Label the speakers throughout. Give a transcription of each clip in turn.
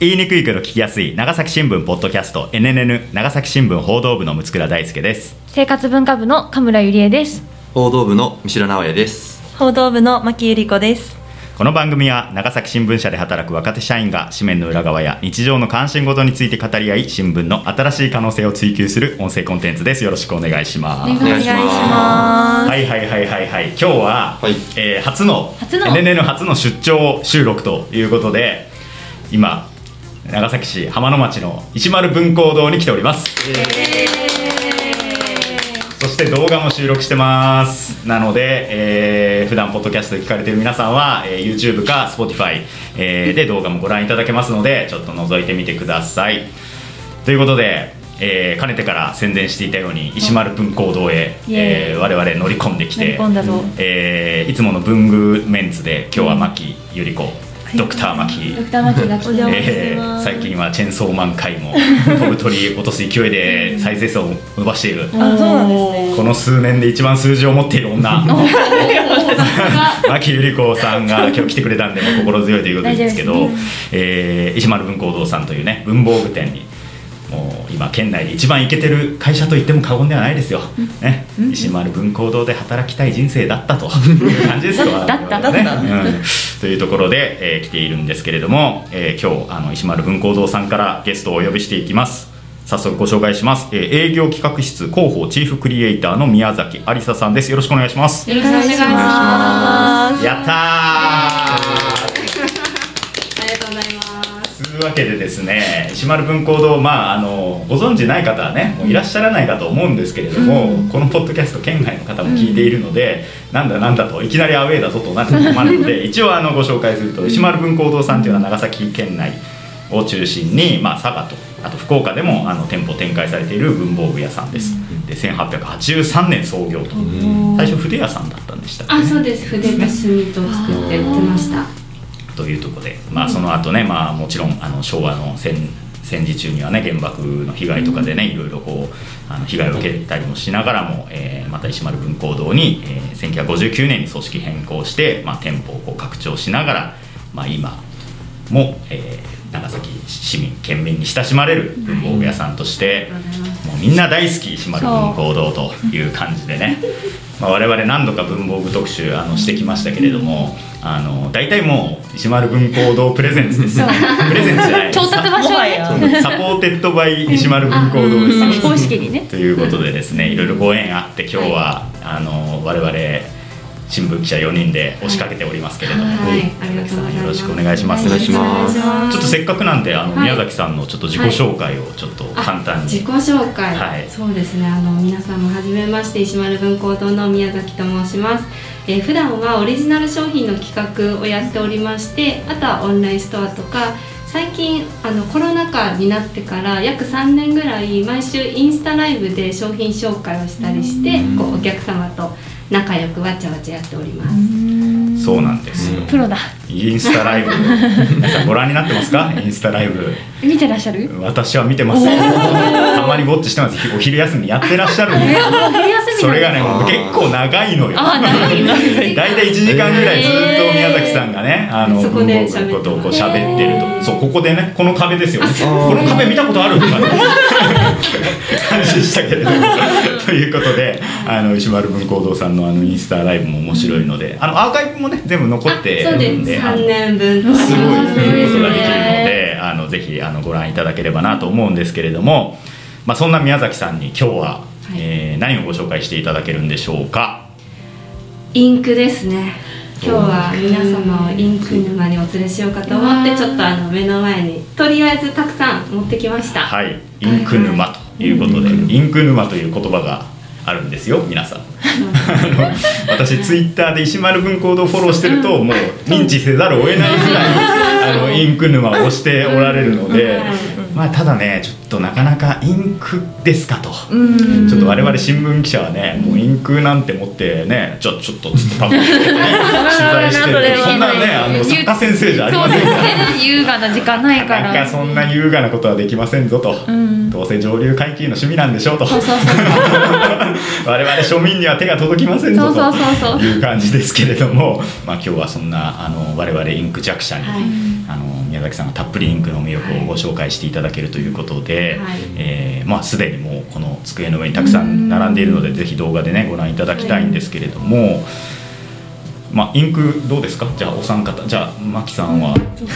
Speaker 1: 言いにくいけど聞きやすい長崎新聞ポッドキャスト NNN 長崎新聞報道部の六倉大輔です
Speaker 2: 生活文化部の神村ゆりえです
Speaker 3: 報道部の三代直哉です
Speaker 4: 報道部の牧由里子です
Speaker 1: この番組は長崎新聞社で働く若手社員が紙面の裏側や日常の関心事について語り合い新聞の新しい可能性を追求する音声コンテンツですよろしくお願いします
Speaker 3: お願いしま
Speaker 1: はいはいはいはいはい今日は、
Speaker 3: はい
Speaker 1: えー初の
Speaker 2: 初の
Speaker 1: NNN 初の出張収録ということで今長崎市浜野町の石丸文工堂に来ておりますそして動画も収録してますなので、えー、普段ポッドキャストで聞かれてる皆さんは、えー YouTube か Spotify、えーで動画もご覧いただけますのでちょっと覗いてみてくださいということで、えーかねてから宣伝していたように石丸文工堂へ、
Speaker 2: イエーイ
Speaker 1: えー我々乗り込んでき
Speaker 2: 乗り
Speaker 1: て
Speaker 2: 込んだぞ
Speaker 1: えーいつもの文具メンツで今日は牧ゆり子、ドクター牧
Speaker 2: ドクターマキが来て
Speaker 4: お邪魔して
Speaker 1: え
Speaker 4: ま
Speaker 1: ー、
Speaker 4: す
Speaker 1: 最近はチェーンソーマン回も飛ぶ鳥落とす勢いで再生数を伸ばしている
Speaker 4: あそうなんですね
Speaker 1: この数年で一番数字を持っている 女牧ゆり子さん が今日来てくれたんでもう心強いということですけ
Speaker 2: 大丈
Speaker 1: ど
Speaker 2: 夫で、
Speaker 1: えー石丸文工堂さんというね文房具店にもう今県内で一番イケてる会社と言っても過言ではないですよ、ね、石丸文工堂で働きたい人生だったという感じ ですよ
Speaker 2: だっ
Speaker 1: 我
Speaker 2: た
Speaker 1: 々はね
Speaker 4: だった
Speaker 1: うんというところで、えー来ているんですけれども、えー今日あの石丸文工堂さんからゲストをお呼びしていきます早速ご紹介します、えー営業企画室広報チーフクリエイターの宮崎有沙さんですよろしくお願いします
Speaker 2: よろしくお願いしま
Speaker 1: やったー
Speaker 5: ありがとうございます。
Speaker 1: というわけでですね石丸文工堂、まあ、あのご存知ない方はねもういらっしゃらないかと思うんですけれども、このポッドキャスト県外の方も聞いているので、なんだなんだといきなりアウェーだぞとなって困るの で一応あのご紹介すると石丸文工堂さんというのは長崎県内を中心に、まあ、佐賀とあと福岡でもあの店舗展開されている文房具屋さんですで1883年創業と最初筆屋さんだったんでしたっけね
Speaker 5: あ、そうです。筆と墨と作って売ってました。
Speaker 1: というところで、まあ、その後ね、まあ、もちろんあの昭和の戦戦時中にはね原爆の被害とかでねいろいろこうあの被害を受けたりもしながらも、えーまた石丸文工堂に、えー1959年に組織変更して、まあ、店舗をこう拡張しながら、まあ、今も、えー長崎市民県民に親しまれる文房具屋さんとして、もうみんな大好き石丸文工堂という感じでね、まあ、我々何度か文房具特集あのしてきましたけれどもあの大体もう石丸文工堂プレゼンツですよねプレゼンツじゃない
Speaker 2: す調達場所
Speaker 4: もは
Speaker 2: は
Speaker 4: や
Speaker 1: ササポーテッドバイ石丸文工堂ですよ
Speaker 2: 非公式にね
Speaker 1: ということでですねいろいろご縁あって今日は、あの我々新聞記者4人で押しかけておりますけれども、
Speaker 5: はいあり
Speaker 1: 宮
Speaker 5: が
Speaker 1: 崎さ
Speaker 5: とうご
Speaker 1: ん
Speaker 5: ざいます
Speaker 1: よろしくお願いします
Speaker 3: お願いします
Speaker 1: ちょっとせっかくなんであの、
Speaker 5: はい
Speaker 1: 宮崎さんのちょっと自己紹介をちょっと簡単に、
Speaker 5: 自己紹介、
Speaker 1: はい
Speaker 5: そうですねあの皆さんもはじめまして石丸文工堂の宮崎と申します、えー普段はオリジナル商品の企画をやっておりましてあとはオンラインストアとか最近あのコロナ禍になってから約3年ぐらい毎週インスタライブで商品紹介をしたりして
Speaker 1: うん
Speaker 5: こうお客様と仲良くわちゃわちゃやっております、
Speaker 1: そうなんですよ、
Speaker 3: うん
Speaker 2: プロだ
Speaker 1: インスタライブ皆さんご覧になってますかインスタライブ
Speaker 2: 見てらっしゃる
Speaker 1: 私は見てますたまにウォッチしてますお昼休みやってらっしゃるんです
Speaker 2: もう昼休み
Speaker 1: それがね
Speaker 3: あー
Speaker 1: 結構長いのよ
Speaker 2: あー長い長
Speaker 1: 大体1時間ぐらいずっと宮崎さんがね、あの
Speaker 5: そこ
Speaker 1: 文
Speaker 5: で
Speaker 1: 房具のことをこう喋ってると、そうここでねこの壁ですよね
Speaker 3: そう
Speaker 1: この壁見たことあるとかね感じでしたけれども ということであの石丸文工堂さんのあのインスタライブも面白いのであのアーカイブもね全部残って
Speaker 5: あそ
Speaker 1: る
Speaker 5: うで
Speaker 1: んで
Speaker 5: す
Speaker 1: あの
Speaker 5: 3年分と
Speaker 1: すごい見ることができるの
Speaker 2: へ
Speaker 1: で、あのぜひあのご覧いただければなと思うんですけれども、まあそんな宮崎さんに今日は、
Speaker 5: い
Speaker 1: えー何をご紹介していただけるんでしょうか。
Speaker 5: インクですね今日は皆様をインク沼にお連れしようかと思ってちょっとあの目の前にとりあえずたくさん持ってきました、
Speaker 1: はい、インク沼ということで、インク沼という言葉があるんですよ、皆さん。あの私ツイッターで石丸文庫堂フォローしてるともう認知せざるを得ないぐらいあのインク沼を押しておられるのでまあただねちょっとなかなかインクですかと
Speaker 2: ん
Speaker 1: ちょっと我々新聞記者はねもうインクなんて持ってねじゃあちょっとつってパブリックでね取材して
Speaker 2: なんとで
Speaker 1: る
Speaker 2: も
Speaker 1: そんなねあの作家先生じゃあり
Speaker 2: そ
Speaker 1: ま
Speaker 2: う
Speaker 1: せ
Speaker 2: で
Speaker 1: ん
Speaker 2: す
Speaker 1: から。
Speaker 2: ね優雅な時間ないか
Speaker 1: なんからそんな優雅なことはできませんぞと、
Speaker 2: ん
Speaker 1: どうせ上流階級の趣味なんでしょうと 我々庶民には手が届きませんぞ
Speaker 2: そうそうそうそ
Speaker 1: と
Speaker 2: う
Speaker 1: いう感じですけれども、まあ、今日はそんなあの我々インク弱者に、
Speaker 5: はい
Speaker 1: あの宮崎さんがたっぷりインクの魅力をご紹介していただけるということで、
Speaker 3: はい
Speaker 1: えーまあ、すでにもうこの机の上にたくさん並んでいるのでぜひ動画でねご覧いただきたいんですけれども、まあ、インクどうですかじゃあお三方じゃあマキさんは、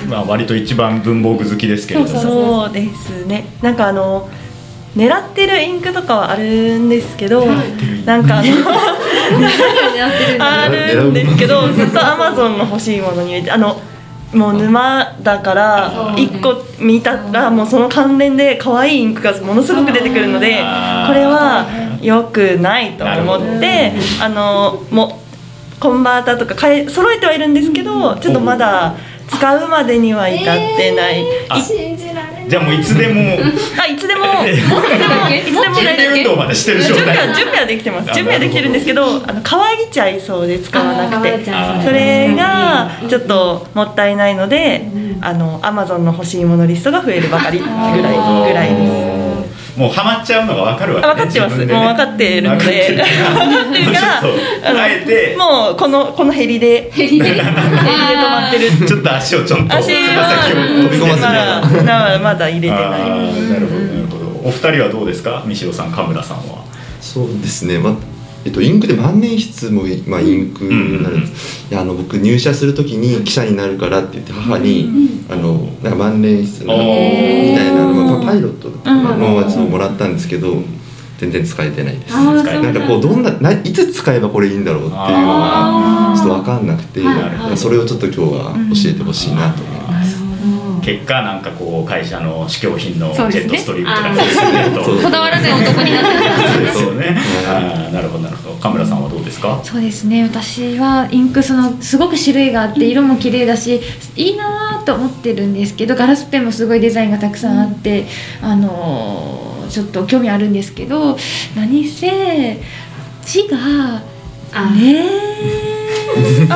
Speaker 1: まあ、割と一番文房具好きですけれども。
Speaker 4: そうですねなんかあの狙ってるインクとかはあるんですけどなんかあの
Speaker 3: やってるんだ
Speaker 4: あるんですけどずっとアマゾンの欲しいものに入れてあのもう沼だから
Speaker 3: そう
Speaker 4: 1個見たらもうその関連で可愛いインクがものすごく出てくるのでこ
Speaker 1: あー
Speaker 4: れは良くないと思っ
Speaker 1: な
Speaker 4: てあのもうコンバーターとか買い揃えてはいるんですけどちょっとまだ使うまでには至ってない。
Speaker 1: あ
Speaker 3: 信じられない
Speaker 1: じゃあもういつでも
Speaker 4: あいつでも
Speaker 1: え
Speaker 4: いつでもいつでも
Speaker 1: 準
Speaker 4: 大
Speaker 1: 備運動までしてる状
Speaker 4: 準備
Speaker 1: 態
Speaker 4: は準備はできてます
Speaker 1: あ
Speaker 4: 準備はできてるんですけどあの乾いちゃいそうで使わなく
Speaker 1: あ
Speaker 4: て
Speaker 1: ー乾いちゃい
Speaker 4: それがちょっともったいないのであのアマゾンの欲しいものリストが増えるばかりぐらいぐらいです
Speaker 1: すもうハマっちゃうのが分かるわ
Speaker 4: あ
Speaker 1: け、ね、
Speaker 4: 分かってます、
Speaker 1: 自分でね
Speaker 4: もう分かってるので
Speaker 1: 分かっ
Speaker 4: ってて
Speaker 1: る
Speaker 4: る
Speaker 1: か
Speaker 4: からら
Speaker 1: ちょっとあえて
Speaker 4: もうこのこのヘリでヘリ
Speaker 3: で
Speaker 4: で止まってる
Speaker 1: ちょっと足をちょっと
Speaker 4: 足は
Speaker 1: 飛び込ませて
Speaker 4: まだまだ入れて
Speaker 1: あ
Speaker 4: ない
Speaker 1: ーなるほどなるほどお二人はどうですか三代さん神村さんは
Speaker 6: そうですね、まえっと、インクで万年筆も、まあ、インクになるんです、いやあの僕入社するときに記者になるからって言って母に、あのなんか万年筆の
Speaker 1: おー
Speaker 6: みたいな、まあ、パイロットのやつをもらったんですけど、全然使えてないです
Speaker 3: あー
Speaker 6: なんかこうどんなないつ使えばこれいいんだろうっていうのが
Speaker 3: あー
Speaker 6: ちょっと分かんなくて、
Speaker 3: はいはい
Speaker 6: それをちょっと今日は教えてほしいなと思います。
Speaker 1: 結果なんかこう会社の試供品のジ
Speaker 2: そう
Speaker 1: ェ
Speaker 2: です
Speaker 1: ッ
Speaker 2: ね
Speaker 1: トストリームとかにすると
Speaker 6: そう
Speaker 2: こだわらない男になってる
Speaker 1: そうね
Speaker 6: は
Speaker 1: あーなるほどなるほど神村さんはどうですか
Speaker 2: そうですね私はインクそのすごく種類があって色も綺麗だしいいなと思ってるんですけどガラスペンもすごいデザインがたくさんあって、あのーちょっと興味あるんですけど何せ字が
Speaker 3: あ
Speaker 2: ねえ め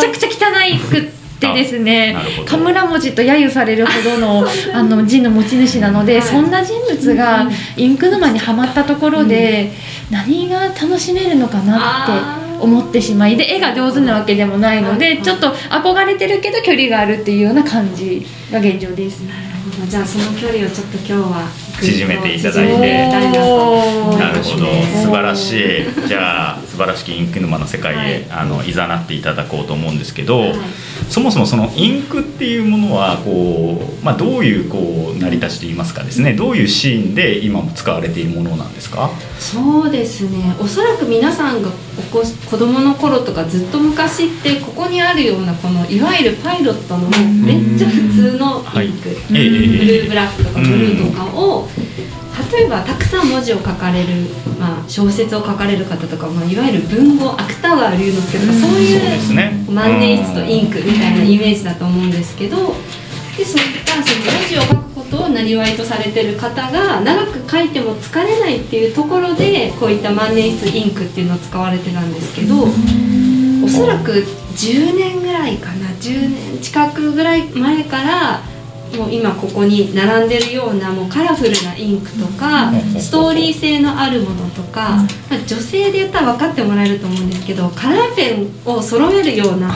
Speaker 2: ちゃくちゃ汚いくってですね
Speaker 1: あなるほど
Speaker 2: カムラ文字と揶揄されるほどのあの字の持ち主なので、
Speaker 3: はい
Speaker 2: そんな人物がインク沼にはまったところで、何が楽しめるのかなって。思ってしまいで絵が上手なわけでもないの
Speaker 3: はい
Speaker 2: で
Speaker 3: はい
Speaker 2: ちょっと憧れてるけど距離があるっていうような感じが現状です。
Speaker 3: なるほどじゃあその距離をちょっと今日は
Speaker 1: 縮めていただいて
Speaker 3: 縮めていただいたと
Speaker 1: なるほど
Speaker 3: ね
Speaker 1: 素晴らしいじゃあ素晴らしきインク沼の世界へ、
Speaker 3: はい
Speaker 1: い、あの誘っていただこうと思うんですけど、
Speaker 3: はい
Speaker 1: そもそもそのインクっていうものはこう、まあ、どういうこう成り立ちといいますかですねどういうシーンで今も使われているものなんですか
Speaker 3: そうですねおそらく皆さんがおこ子供の頃とかずっと昔ってここにあるようなこのいわゆるパイロットのめっちゃ普通のインク、
Speaker 1: うんはいええ
Speaker 3: ブ
Speaker 1: ええええ
Speaker 3: ルーブラックとかブルーとかを例えばたくさん文字を書かれる、まあ、小説を書かれる方とか、まあ、いわゆる文豪芥川龍之介とかそう
Speaker 1: そう
Speaker 3: い
Speaker 1: で
Speaker 3: う
Speaker 1: すね
Speaker 3: 万年筆とイン
Speaker 1: ク
Speaker 3: クみたいなイメージだと思うんですけどでそういったその文字を書くことを生りとされてる方が長く書いても疲れないっていうところでこういった万年筆インクっていうのを使われてたんですけどおそらく10年ぐらいかな10年近くぐらい前から。もう今ここに並んでるようなもうカラフルなインクとか
Speaker 1: うん
Speaker 3: ストーリー性のあるものとか、まあ、女性で言ったら分かってもらえると思うんですけどカラーペンを揃えるような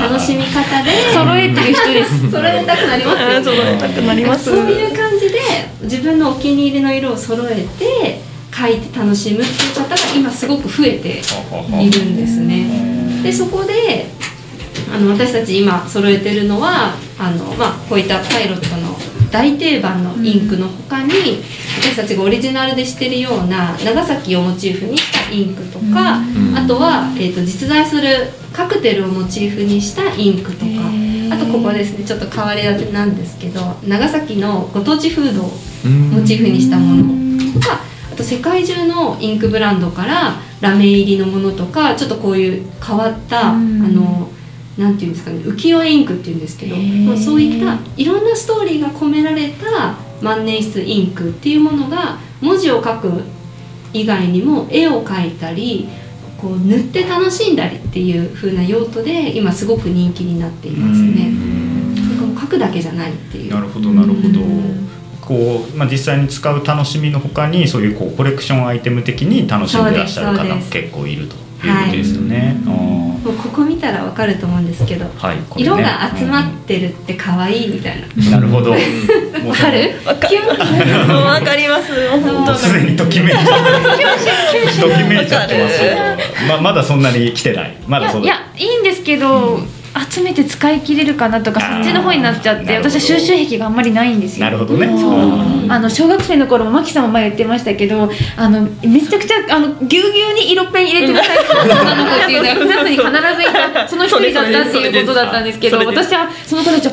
Speaker 3: 楽しみ方で
Speaker 2: 揃えてる人です。
Speaker 3: 揃えたくなります
Speaker 4: あ
Speaker 3: よ
Speaker 4: ーそう
Speaker 3: ね
Speaker 4: だなくなります
Speaker 3: そういう感じで自分のお気に入りの色を揃えて書いて楽しむっていう方が今すごく増えているんですね。でそこであの私たち今揃えてるのはあの、まあ、こういったパイロットの大定番のインクの他に、私たちがオリジナルでしてるような長崎をモチーフにしたインクとか、
Speaker 6: ん
Speaker 3: あとは、えー、と実在するカクテルをモチーフにしたインクとか
Speaker 2: へー
Speaker 3: あとここですねちょっと変わり種なんですけど長崎のご当地フードをモチーフにしたものとかあと世界中のインクブランドからラメ入りのものとかちょっとこういう変わった、
Speaker 2: うん
Speaker 3: あのなんていうんですかね浮世絵インクっていうんですけど、
Speaker 2: へー
Speaker 3: まあそういったいろんなストーリーが込められた万年筆インクっていうものが文字を書く以外にも絵を描いたりこう塗って楽しんだりっていう風な用途で今すごく人気になっていますね。なんかもう書くだけじゃないっていう。
Speaker 1: なるほどなるほどこう、まあ、実際に使う楽しみのほかにそういうこうコレクションアイテム的に楽しんでらっしゃる
Speaker 3: そ
Speaker 1: 方
Speaker 3: うで
Speaker 1: も
Speaker 3: す
Speaker 1: 結構いるということですよね。あー
Speaker 3: もうここ見たらわかると思うんですけど、
Speaker 1: はいこれね
Speaker 3: 色が集まってるって可愛いみたいな。
Speaker 1: なるほど。わ
Speaker 3: わかる？キュンキュン
Speaker 4: わかります本当
Speaker 1: すでにときめいちゃって。ときめいちゃってますよ
Speaker 4: わ。
Speaker 1: ままだそんなに来てない。ま
Speaker 2: い
Speaker 1: だ
Speaker 2: や
Speaker 1: そん
Speaker 2: い
Speaker 1: な。
Speaker 2: やいいんですけど、集めて使い切れるかなとか
Speaker 1: あー
Speaker 2: そっちの方になっちゃっ
Speaker 1: な
Speaker 2: て
Speaker 1: るほど
Speaker 2: 私は収集癖があんまりないんですよ
Speaker 1: なるほどね。
Speaker 2: そうあの小学生の頃もマキさんも前言ってましたけどあのめちゃくちゃあのぎゅうぎゅうに色ペン入れてくださいって女の子っていうのはクラスに必ずいたその一人だったっていうことだったんですけど
Speaker 4: それです
Speaker 2: 私はその子たちを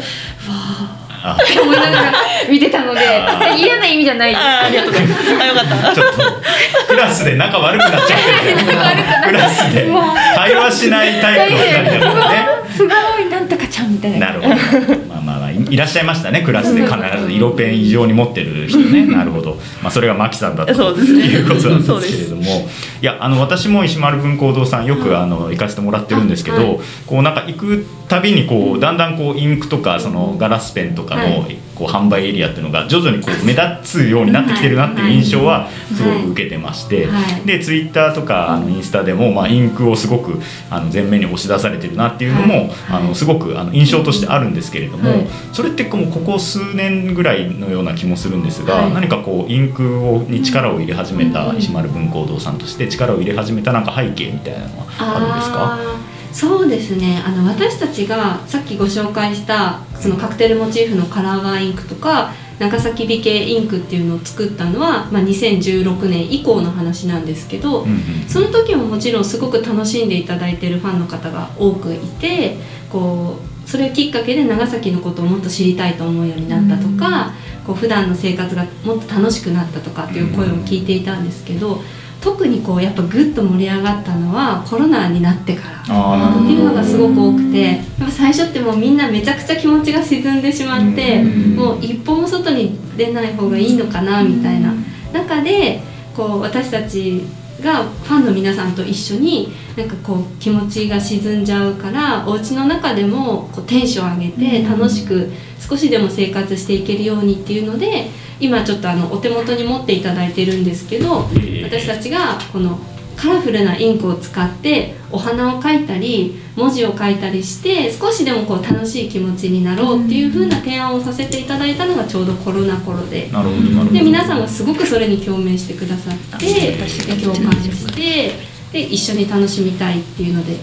Speaker 1: あ
Speaker 2: って思いながら見てたので
Speaker 1: あー
Speaker 2: 嫌な意味じゃないです
Speaker 4: あありがとうございますあよかった
Speaker 1: ちょっとクラスで仲悪くなっちゃってる。クラスで
Speaker 2: もう
Speaker 1: 会話しないタイプになっちゃってるね。
Speaker 2: すごいなんとかちゃんみたい
Speaker 1: な
Speaker 2: な
Speaker 1: るほど。まあまあまあいいらっしゃいましたねクラスで必ず色ペン異常に持ってる人ね。なるほど。まあそれがマキさんだった
Speaker 4: そう
Speaker 1: と
Speaker 4: ですね
Speaker 1: いうことなんですけれども、いやあの私も石丸文庫堂さんよくあの行かせてもらってるんですけ
Speaker 3: は
Speaker 1: ど、こうなんか行くたびにこうだんだんこうインクとかそのガラスペンとかの
Speaker 3: は
Speaker 1: こう販売エリアっていうのが徐々にこう目立つようになってきてるなっていう印象はすごく受けてまして、
Speaker 3: はい
Speaker 1: でツイッターとかあのインスタでも、まあ、インクをすごくあの前面に押し出されてるなっていうのも、
Speaker 3: はい
Speaker 1: あのすごくあの印象としてあるんですけれども、
Speaker 3: はい
Speaker 1: それってこうここ数年ぐらいのような気もするんですが、
Speaker 3: はい
Speaker 1: 何かこうインクをに力を入れ始めた
Speaker 3: うん
Speaker 1: 石丸文工堂さんとして力を入れ始めたなんか背景みたいなのはあるんですか
Speaker 3: あーそうですねあの私たちがさっきご紹介したそのカクテルモチーフのカラーワインインクとか長崎美形インクっていうのを作ったのは、まあ、2016年以降の話なんですけど、
Speaker 1: うんうん
Speaker 3: その時ももちろんすごく楽しんでいただいてるファンの方が多くいてこうそれをきっかけで長崎のことをもっと知りたいと思うようになったとか、こう普段の生活がもっと楽しくなったとかっていう声を聞いていたんですけど、特にこうやっぱグッと盛り上がったのはコロナになってから。
Speaker 1: あーなるほ
Speaker 3: っ
Speaker 1: ど
Speaker 3: ていうのがすごく多くてやっぱ最初ってもうみんなめちゃくちゃ気持ちが沈んでしまって
Speaker 1: うん
Speaker 3: もう一歩も外に出ない方がいいのかなみたいな中でこう私たちがファンの皆さんと一緒になんかこう気持ちが沈んじゃうからお家の中でもこうテンション上げて楽しく少しでも生活していけるようにっていうので今ちょっとあのお手元に持っていただいてるんですけど
Speaker 1: ええ
Speaker 3: 私たちがこのカラフルなインクを使ってお花を描いたり文字を書いたりして少しでもこう楽しい気持ちになろうっていう風な提案をさせていただいたのがちょうどコロナ頃で
Speaker 1: なるほどなるほど
Speaker 3: で皆さんがすごくそれに共鳴してくださって共感してで一緒に楽しみたいっていうので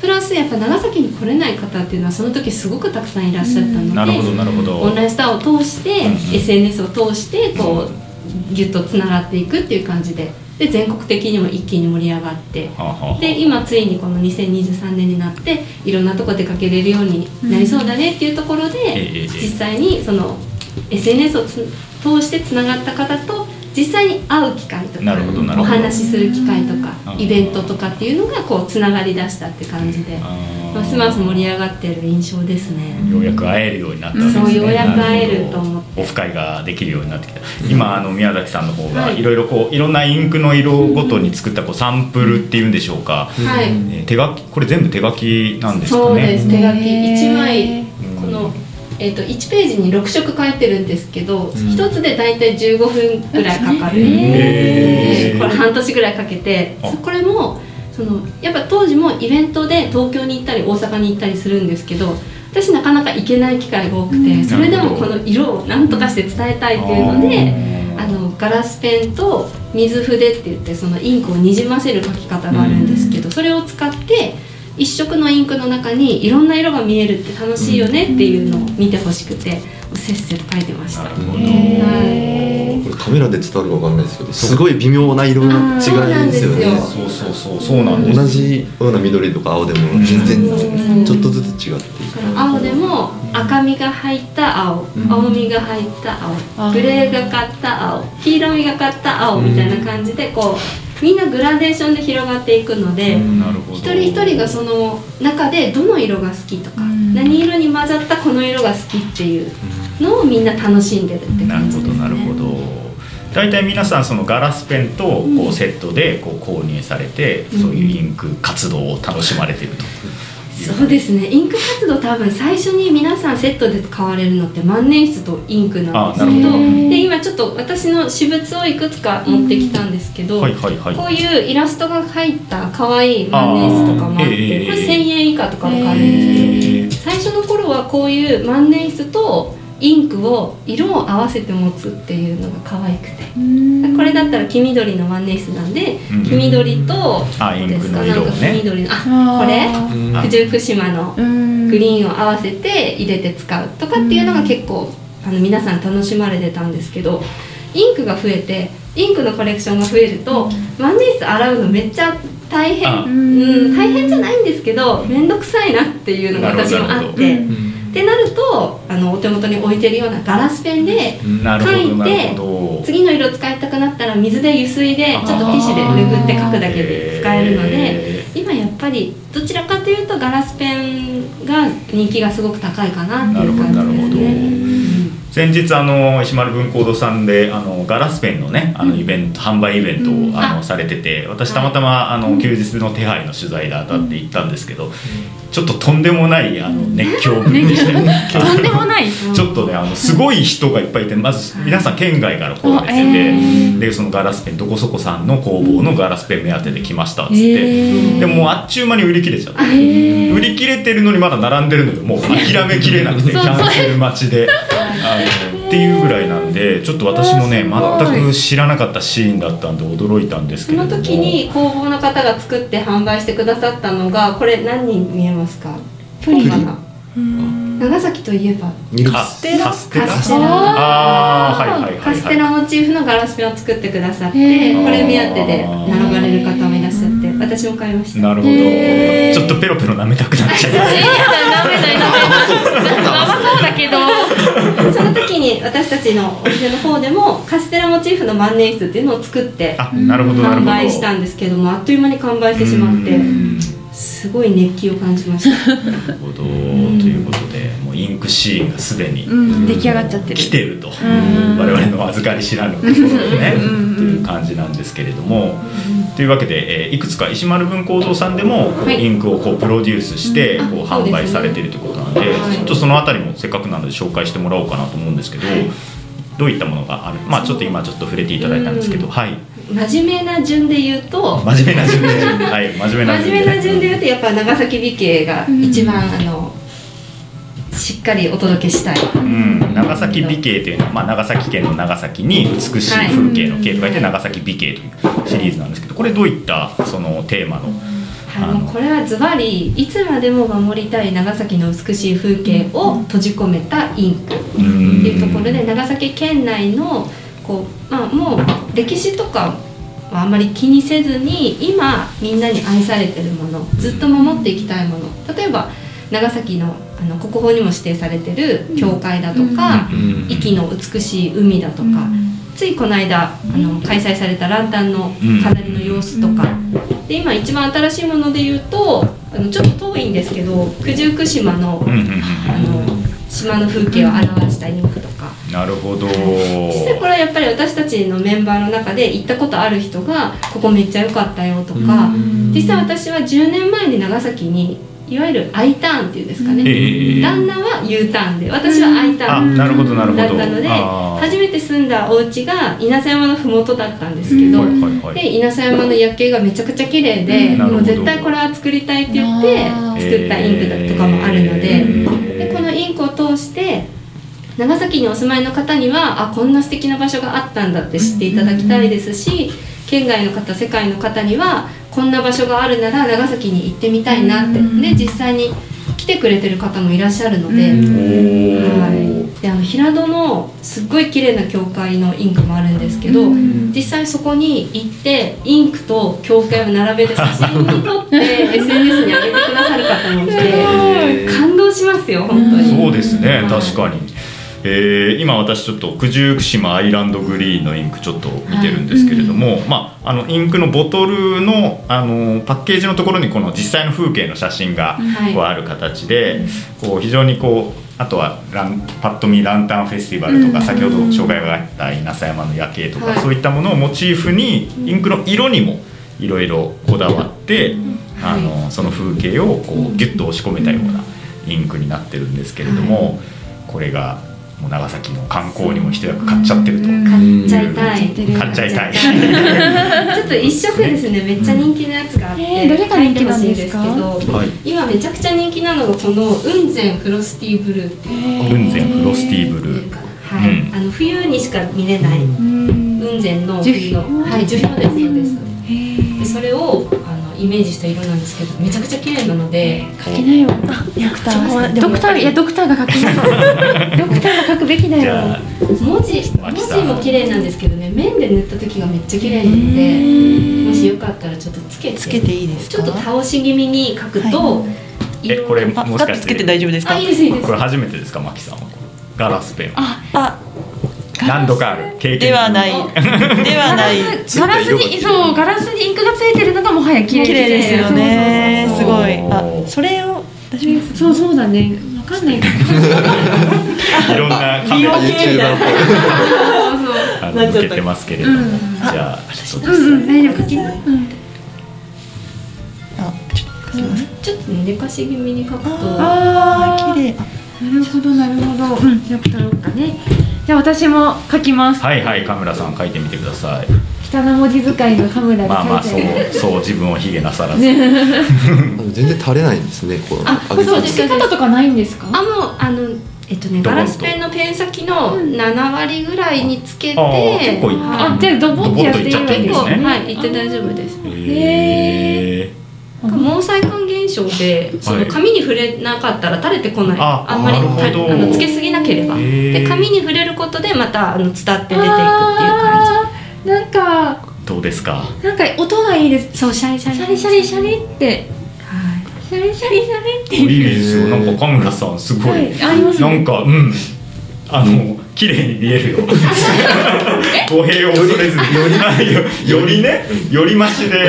Speaker 3: プラスやっぱ長崎に来れない方っていうのはその時すごくたくさんいらっしゃったので。
Speaker 1: なるほどなるほど
Speaker 3: オンラインスターを通して、
Speaker 1: うんうん
Speaker 3: SNS を通してこうギュッとつながっていくっていう感じでで全国的にも一気に盛り上がって
Speaker 1: はあはあはあ
Speaker 3: で今ついにこの2023年になっていろんなとこ出かけれるようになりそうだねっていうところで、
Speaker 1: ええ
Speaker 3: 実際にその SNS をつ通してつながった方と実際に会う機会とか
Speaker 1: なるほどなるほど
Speaker 3: お話しする機会とか
Speaker 1: うん
Speaker 3: イベントとかっていうのがこうつながりだしたって感じで、
Speaker 1: あー
Speaker 3: ますます盛り上がってる印象ですね。
Speaker 1: ようやく会えるようになったんですね。
Speaker 3: そうようやく会えると思って
Speaker 1: オフ会ができるようになってきた。今あの宮崎さんの方が
Speaker 3: はい
Speaker 1: いろいろこういろんなインクの色ごとに作ったこうサンプルっていうんでしょうか。
Speaker 3: はい
Speaker 1: えー手書きこれ全部手書きなんです
Speaker 3: そ
Speaker 1: か
Speaker 3: うで
Speaker 1: ね。
Speaker 3: す手書き一枚
Speaker 1: うん
Speaker 3: この、えー、と1ページに6色書いてるんですけど、
Speaker 6: ん
Speaker 3: 一つで大体15分ぐらいかかる、
Speaker 1: へー
Speaker 3: これ半年ぐらいかけて
Speaker 1: あ
Speaker 3: そこれもそのやっぱ当時もイベントで東京に行ったり大阪に行ったりするんですけど私なかなか行けない機会が多くてそれでもこの色を何とかして伝えたいっていうので。あのガラスペンと水筆って言ってそのインクをにじませる書き方があるんですけど、それを使って一色のインクの中にいろんな色が見えるって楽しいよねっていうのを見てほしくて、せっせと書いてました。
Speaker 1: なる
Speaker 3: は
Speaker 1: ほど。
Speaker 2: へー
Speaker 6: これカメラで伝わるかわかんないですけどすごい微妙な色の違いですよ
Speaker 3: そうな
Speaker 6: ね
Speaker 3: んです
Speaker 1: そうそうそうそうなんです。
Speaker 6: 同じような緑とか青でも全然ちょっとずつ違っていく
Speaker 3: 青でも赤みが入った青、
Speaker 6: うん
Speaker 3: 青みが入った
Speaker 2: あ
Speaker 3: 青
Speaker 2: ー
Speaker 3: グレーがかった青黄色みがかった青みたいな感じでこうみんなグラデーションで広がっていくので。
Speaker 1: なるほど。
Speaker 3: 一人一人がその中でどの色が好きとか、
Speaker 2: うん
Speaker 3: 何色に混ざったこの色が好きっていうのをみんな楽しんでるって
Speaker 1: なる
Speaker 3: 感
Speaker 1: ほど
Speaker 3: じですね。
Speaker 1: なるほど大体皆さんそのガラスペンとこうセットでこう購入されて、
Speaker 3: うん
Speaker 1: そういうインク活動を楽しまれてると
Speaker 3: そうですねインク活動多分最初に皆さんセットで使われるのって万年筆とインクなんですけ
Speaker 1: あ
Speaker 3: ど
Speaker 1: なるほ
Speaker 2: ど
Speaker 3: で今ちょっと私の私物をいくつか持ってきたんですけど、
Speaker 1: はいはいはい
Speaker 3: こういうイラストが入った可愛い万年筆とかもあって
Speaker 1: あーええ
Speaker 3: これ1000円以下とかも買えるんですけど、
Speaker 1: えー
Speaker 3: 最初の頃はこういう万年筆とインクを色を合わせて持つっていうのが可愛くてこれだったら黄緑の万年筆なんで
Speaker 1: うん
Speaker 3: 黄緑と
Speaker 1: あインクの色を
Speaker 3: ですかなんか黄
Speaker 1: ね
Speaker 3: 緑のあこれ
Speaker 2: あ
Speaker 6: うん
Speaker 3: 九十九島の
Speaker 2: ーうん
Speaker 3: グリーンを合わせて入れて使うとかっていうのが結構あの皆さん楽しまれてたんですけどインクが増えてインクのコレクションが増えると万年筆洗うのめっちゃ大変
Speaker 1: あ
Speaker 3: うん大変じゃないんですけど面倒くさいなっていうのが私もあ
Speaker 1: なる
Speaker 3: っ
Speaker 1: ほど
Speaker 3: て。ってなるとあのお手元に置いてるようなガラスペンで
Speaker 1: なるほどな
Speaker 3: 書いて
Speaker 1: るほど
Speaker 3: 次の色使いたくなったら水でゆすいでちょっとティッシュで拭って書くだけで使えるので
Speaker 1: え
Speaker 3: 今やっぱりどちらかというとガラスペンが人気がすごく高いかな
Speaker 1: ー
Speaker 3: って
Speaker 1: ないる
Speaker 3: う
Speaker 1: ほどなる
Speaker 3: 感
Speaker 1: ほ
Speaker 3: じです
Speaker 1: ど
Speaker 3: ね。
Speaker 1: 先日あの石丸文庫堂さんであのガラスペンのねあのイベント、販売イベントを、
Speaker 3: うん
Speaker 1: あの
Speaker 3: あ
Speaker 1: されてて私たまたまあの休日の手配の取材だ当たって行ったんですけど、ちょっととんでもないあの熱狂ぶりでしたよ
Speaker 2: とんでもない
Speaker 1: ちょっとねあのすごい人がいっぱいいてまず皆さん県外からこう出てて、
Speaker 2: えー
Speaker 1: でそのガラスペンどこそこさんの工房のガラスペン目当てで来ましたっつっ
Speaker 2: え
Speaker 1: て、
Speaker 2: ー
Speaker 1: でももうあっちゅう間に売り切れちゃって、売り切れてるのにまだ並んでるのよもう諦めきれなくてキ
Speaker 2: そう
Speaker 1: ャンセル待ちであのっていうぐらいなんでちょっと私もね
Speaker 2: うわすごい
Speaker 1: 全く知らなかったシーンだったんで驚いたんです
Speaker 3: そ
Speaker 1: けれど
Speaker 3: の
Speaker 1: も
Speaker 3: 時に工房の方が作って販売してくださったのがこれ何人見えますか
Speaker 2: プリン
Speaker 3: かな長崎といえば
Speaker 6: ニル
Speaker 1: カ
Speaker 6: ス
Speaker 1: ステラカステラ
Speaker 3: カステラ
Speaker 1: あーはいはいはいはい
Speaker 3: カステラモチーフのガラスペンを作ってくださっ
Speaker 2: へ
Speaker 3: て
Speaker 2: ー
Speaker 3: これ目当てで並ばれる方もいらっしゃって私も買いました
Speaker 1: なるほど、
Speaker 2: へー
Speaker 1: ちょっとペロペロ舐めたくなっちゃいま
Speaker 2: えー、ダメだダメだ
Speaker 1: す
Speaker 2: 甘そうだけど
Speaker 3: その時に私たちのお店の方でもカステラモチーフの万年筆っていうのを作って
Speaker 1: あなるほどなる
Speaker 3: 販
Speaker 1: ほど
Speaker 3: 売したんですけどもあっという間に完売してしまっ
Speaker 1: う
Speaker 3: て
Speaker 1: ん
Speaker 3: すごい熱気を感じました
Speaker 1: なるほどということでもうインクシーンがすでに
Speaker 2: うん出来上がっちゃってる
Speaker 1: 来てると、
Speaker 2: ん
Speaker 1: 我々の預かり知らぬところでねっていう感じなんですけれども、というわけで、えーいくつか石丸文工堂さんでもこう、
Speaker 3: はい
Speaker 1: インクをこうプロデュースして
Speaker 3: うんあ
Speaker 1: こう
Speaker 3: そ
Speaker 1: 販
Speaker 3: うですね
Speaker 1: 売されているということなので
Speaker 3: はい
Speaker 1: ちょっとそのあたりもせっかくなので紹介してもらおうかなと思うんですけど、どういったものがあるまあちょっと今ちょっと触れていただいたんですけど、
Speaker 3: うん
Speaker 1: はい
Speaker 3: 真面目な順で言うと
Speaker 1: 真面目な順で、はい真面目な
Speaker 3: 真
Speaker 1: 順
Speaker 3: 面
Speaker 1: で
Speaker 3: 目な順で言うとやっぱ長崎美形が一番あのしっかりお届けしたい
Speaker 1: うん、長崎美景というのは、まあ、長崎県の長崎に美しい風景の景と書いて長崎美景というシリーズなんですけどこれどういったそのテーマの
Speaker 3: あのこれはズバリいつまでも守りたい長崎の美しい風景を閉じ込めたインクっていうところで長崎県内のこう、まあ、もう歴史とかはあまり気にせずに今みんなに愛されてるものずっと守っていきたいもの例えば長崎のあの国宝にも指定されてる教会だとか、
Speaker 6: うん
Speaker 3: 壱岐の美しい海だとか、ついこの間あの開催されたランタンの飾りの様子とか、で今一番新しいもので言うとあのちょっと遠いんですけど九十九島の,、
Speaker 1: うんうんうん
Speaker 3: あの島の風景を表したインクとか
Speaker 1: なるほど
Speaker 3: 実際これはやっぱり私たちのメンバーの中で行ったことある人が「ここめっちゃ良かったよ」とか実際私は10年前に長崎にいわゆる I ターンっていうんですかね
Speaker 1: ええ
Speaker 3: 旦那は U ターンで私は I ターン
Speaker 1: あなるほどなるほ
Speaker 3: だっ
Speaker 1: ど
Speaker 3: たので
Speaker 1: あー
Speaker 3: 初めて住んだお家が稲佐山の麓だったんですけど、
Speaker 1: はいはいはい
Speaker 3: で稲佐山の夜景がめちゃくちゃ綺麗で、
Speaker 1: うんなるほど
Speaker 3: もう絶対これは作りたいって言って
Speaker 2: あー
Speaker 3: 作ったインクだとかもあるので,、
Speaker 1: え
Speaker 3: でこのインクを通して長崎にお住まいの方にはあこんな素敵な場所があったんだって知っていただきたいですし、県外の方世界の方にはこんな場所があるなら長崎に行ってみたいなって、で実際に来てくれてる方もいらっしゃるので。
Speaker 2: うん
Speaker 1: おー
Speaker 3: はい、であの平戸のすっごい綺麗な教会のインクもあるんですけど、実際そこに行ってインクと教会を並べて写真に撮 って SNS に上げてくださる方もいて感動しますよ本当に。
Speaker 1: そうですね、
Speaker 3: はい
Speaker 1: 確かに、えー今私ちょっと九十九島アイランドグリーンのインクちょっと見てるんですけれども、まあ、あのインクのボトルのあのパッケージのところにこの実際の風景の写真が
Speaker 3: はい
Speaker 1: こうある形で、こう非常にこうあとはランパッと見ランタンフェスティバルとか、先ほど紹介があった稲佐山の夜景とか、
Speaker 3: はい
Speaker 1: そういったものをモチーフにインクの色にもいろいろこだわってあのその風景をこうギュッと押し込めたようなインクになってるんですけれどもこれがもう長崎の観光にも一役買っちゃってると。
Speaker 3: 買っちゃいたい
Speaker 1: 買っちゃいたい。
Speaker 3: ちょっと一色ですねめっちゃ人気のやつがあって、
Speaker 2: えーどれが人気なんですか
Speaker 3: 書いてほしいんですけど、
Speaker 6: はい
Speaker 3: 今めちゃくちゃ人気なのがこの雲仙フロスティーブルーっていう
Speaker 1: 雲仙フロスティーブルー。
Speaker 3: はい
Speaker 1: うん
Speaker 3: あの冬にしか見れない
Speaker 2: うん
Speaker 3: 雲仙の
Speaker 2: 樹
Speaker 3: 冬
Speaker 2: 氷
Speaker 3: のはい樹氷ですそうです
Speaker 2: へー
Speaker 3: でそれをあのイメージした色なんですけどめちゃくちゃ綺麗なので
Speaker 2: 書きなよドクタ
Speaker 7: そう
Speaker 2: ー
Speaker 7: でも
Speaker 2: ドクターいやドクターが書きなよドクターが書くべきだ
Speaker 1: じ
Speaker 2: よ
Speaker 1: ゃあ
Speaker 3: 文字文
Speaker 1: 秋さ
Speaker 3: 字
Speaker 1: ん
Speaker 3: も綺麗なんですけどね面で塗った時がめっちゃ綺麗なのでもしよかったらちょっとつけて
Speaker 4: つけていいです
Speaker 3: ち
Speaker 4: か
Speaker 3: ょっと倒し気味に書くと、
Speaker 1: えこれ
Speaker 4: パ
Speaker 1: も
Speaker 4: ッ
Speaker 1: し
Speaker 4: パッ
Speaker 1: か
Speaker 4: とつ
Speaker 1: して
Speaker 4: けて大丈夫ですか
Speaker 3: あいいですいいです
Speaker 1: これ初めてですかマキさんはこのガラスペンは
Speaker 4: あ
Speaker 1: 何度かある経験
Speaker 4: ではないではない
Speaker 6: ずっ
Speaker 2: ガ
Speaker 6: と
Speaker 2: ラス
Speaker 6: 色がついて
Speaker 2: に
Speaker 6: る
Speaker 2: そうガラスにインクがついてるのがもはや綺麗
Speaker 4: 綺麗ですよねすごいあそれを
Speaker 2: そうそうだねわ かんないけど
Speaker 1: いろんなカメラに
Speaker 6: YouTuber っぽい
Speaker 1: あの向けてますけれども、じゃあちょっと
Speaker 2: うんうん
Speaker 1: 実際
Speaker 2: 大丈夫書きなうん
Speaker 4: あちょっと書きます
Speaker 3: ちょっとね寝かし気味に書くとは
Speaker 4: あ
Speaker 2: あ
Speaker 4: 綺麗あ
Speaker 2: なるほどなるほどうんよく取ろうかねじゃあ私も書きます
Speaker 1: はいはいカメラさん書いてみてください
Speaker 2: 汚文字遣いのカムラで
Speaker 1: まあまあ
Speaker 2: 書
Speaker 1: そ
Speaker 2: いてある
Speaker 1: うそう自分を卑下なさらず、
Speaker 6: 全然垂れないんですねこう
Speaker 3: あ
Speaker 6: 上げ
Speaker 3: そう
Speaker 6: て
Speaker 3: で
Speaker 2: つ
Speaker 3: す
Speaker 2: け方とかないんですか
Speaker 3: あもうあのえっと
Speaker 1: ドボ
Speaker 3: ね
Speaker 1: ンと
Speaker 3: ガラスペンのペン先の7割ぐらいにつけて
Speaker 1: あー結構い
Speaker 3: は
Speaker 2: あじゃあドボンってやっていい
Speaker 1: ドボンといっちゃっていいん
Speaker 3: 結
Speaker 1: です
Speaker 3: 構
Speaker 1: ね
Speaker 3: はい言って大丈夫です
Speaker 1: へえ
Speaker 3: 毛細管現象でその紙に触れなかったら垂れてこない、
Speaker 1: あ
Speaker 3: あんまり
Speaker 1: なるほど
Speaker 3: たあのつけすぎなければ
Speaker 1: へー
Speaker 3: で紙に触れることでまたあの伝って出ていくっていう感
Speaker 2: あーなんか
Speaker 1: どうですか
Speaker 2: なんか音がいいです
Speaker 3: じそうシャリシャリ
Speaker 2: シャリシャリシャリって
Speaker 3: はい
Speaker 2: シャリシャリシャリって
Speaker 1: いいですよなんかカメラさんすごい、
Speaker 2: はいあります
Speaker 1: な
Speaker 2: ね
Speaker 1: んかうんあの綺麗に見えるよ 語弊を恐れずによりよ よりねよりましで
Speaker 2: や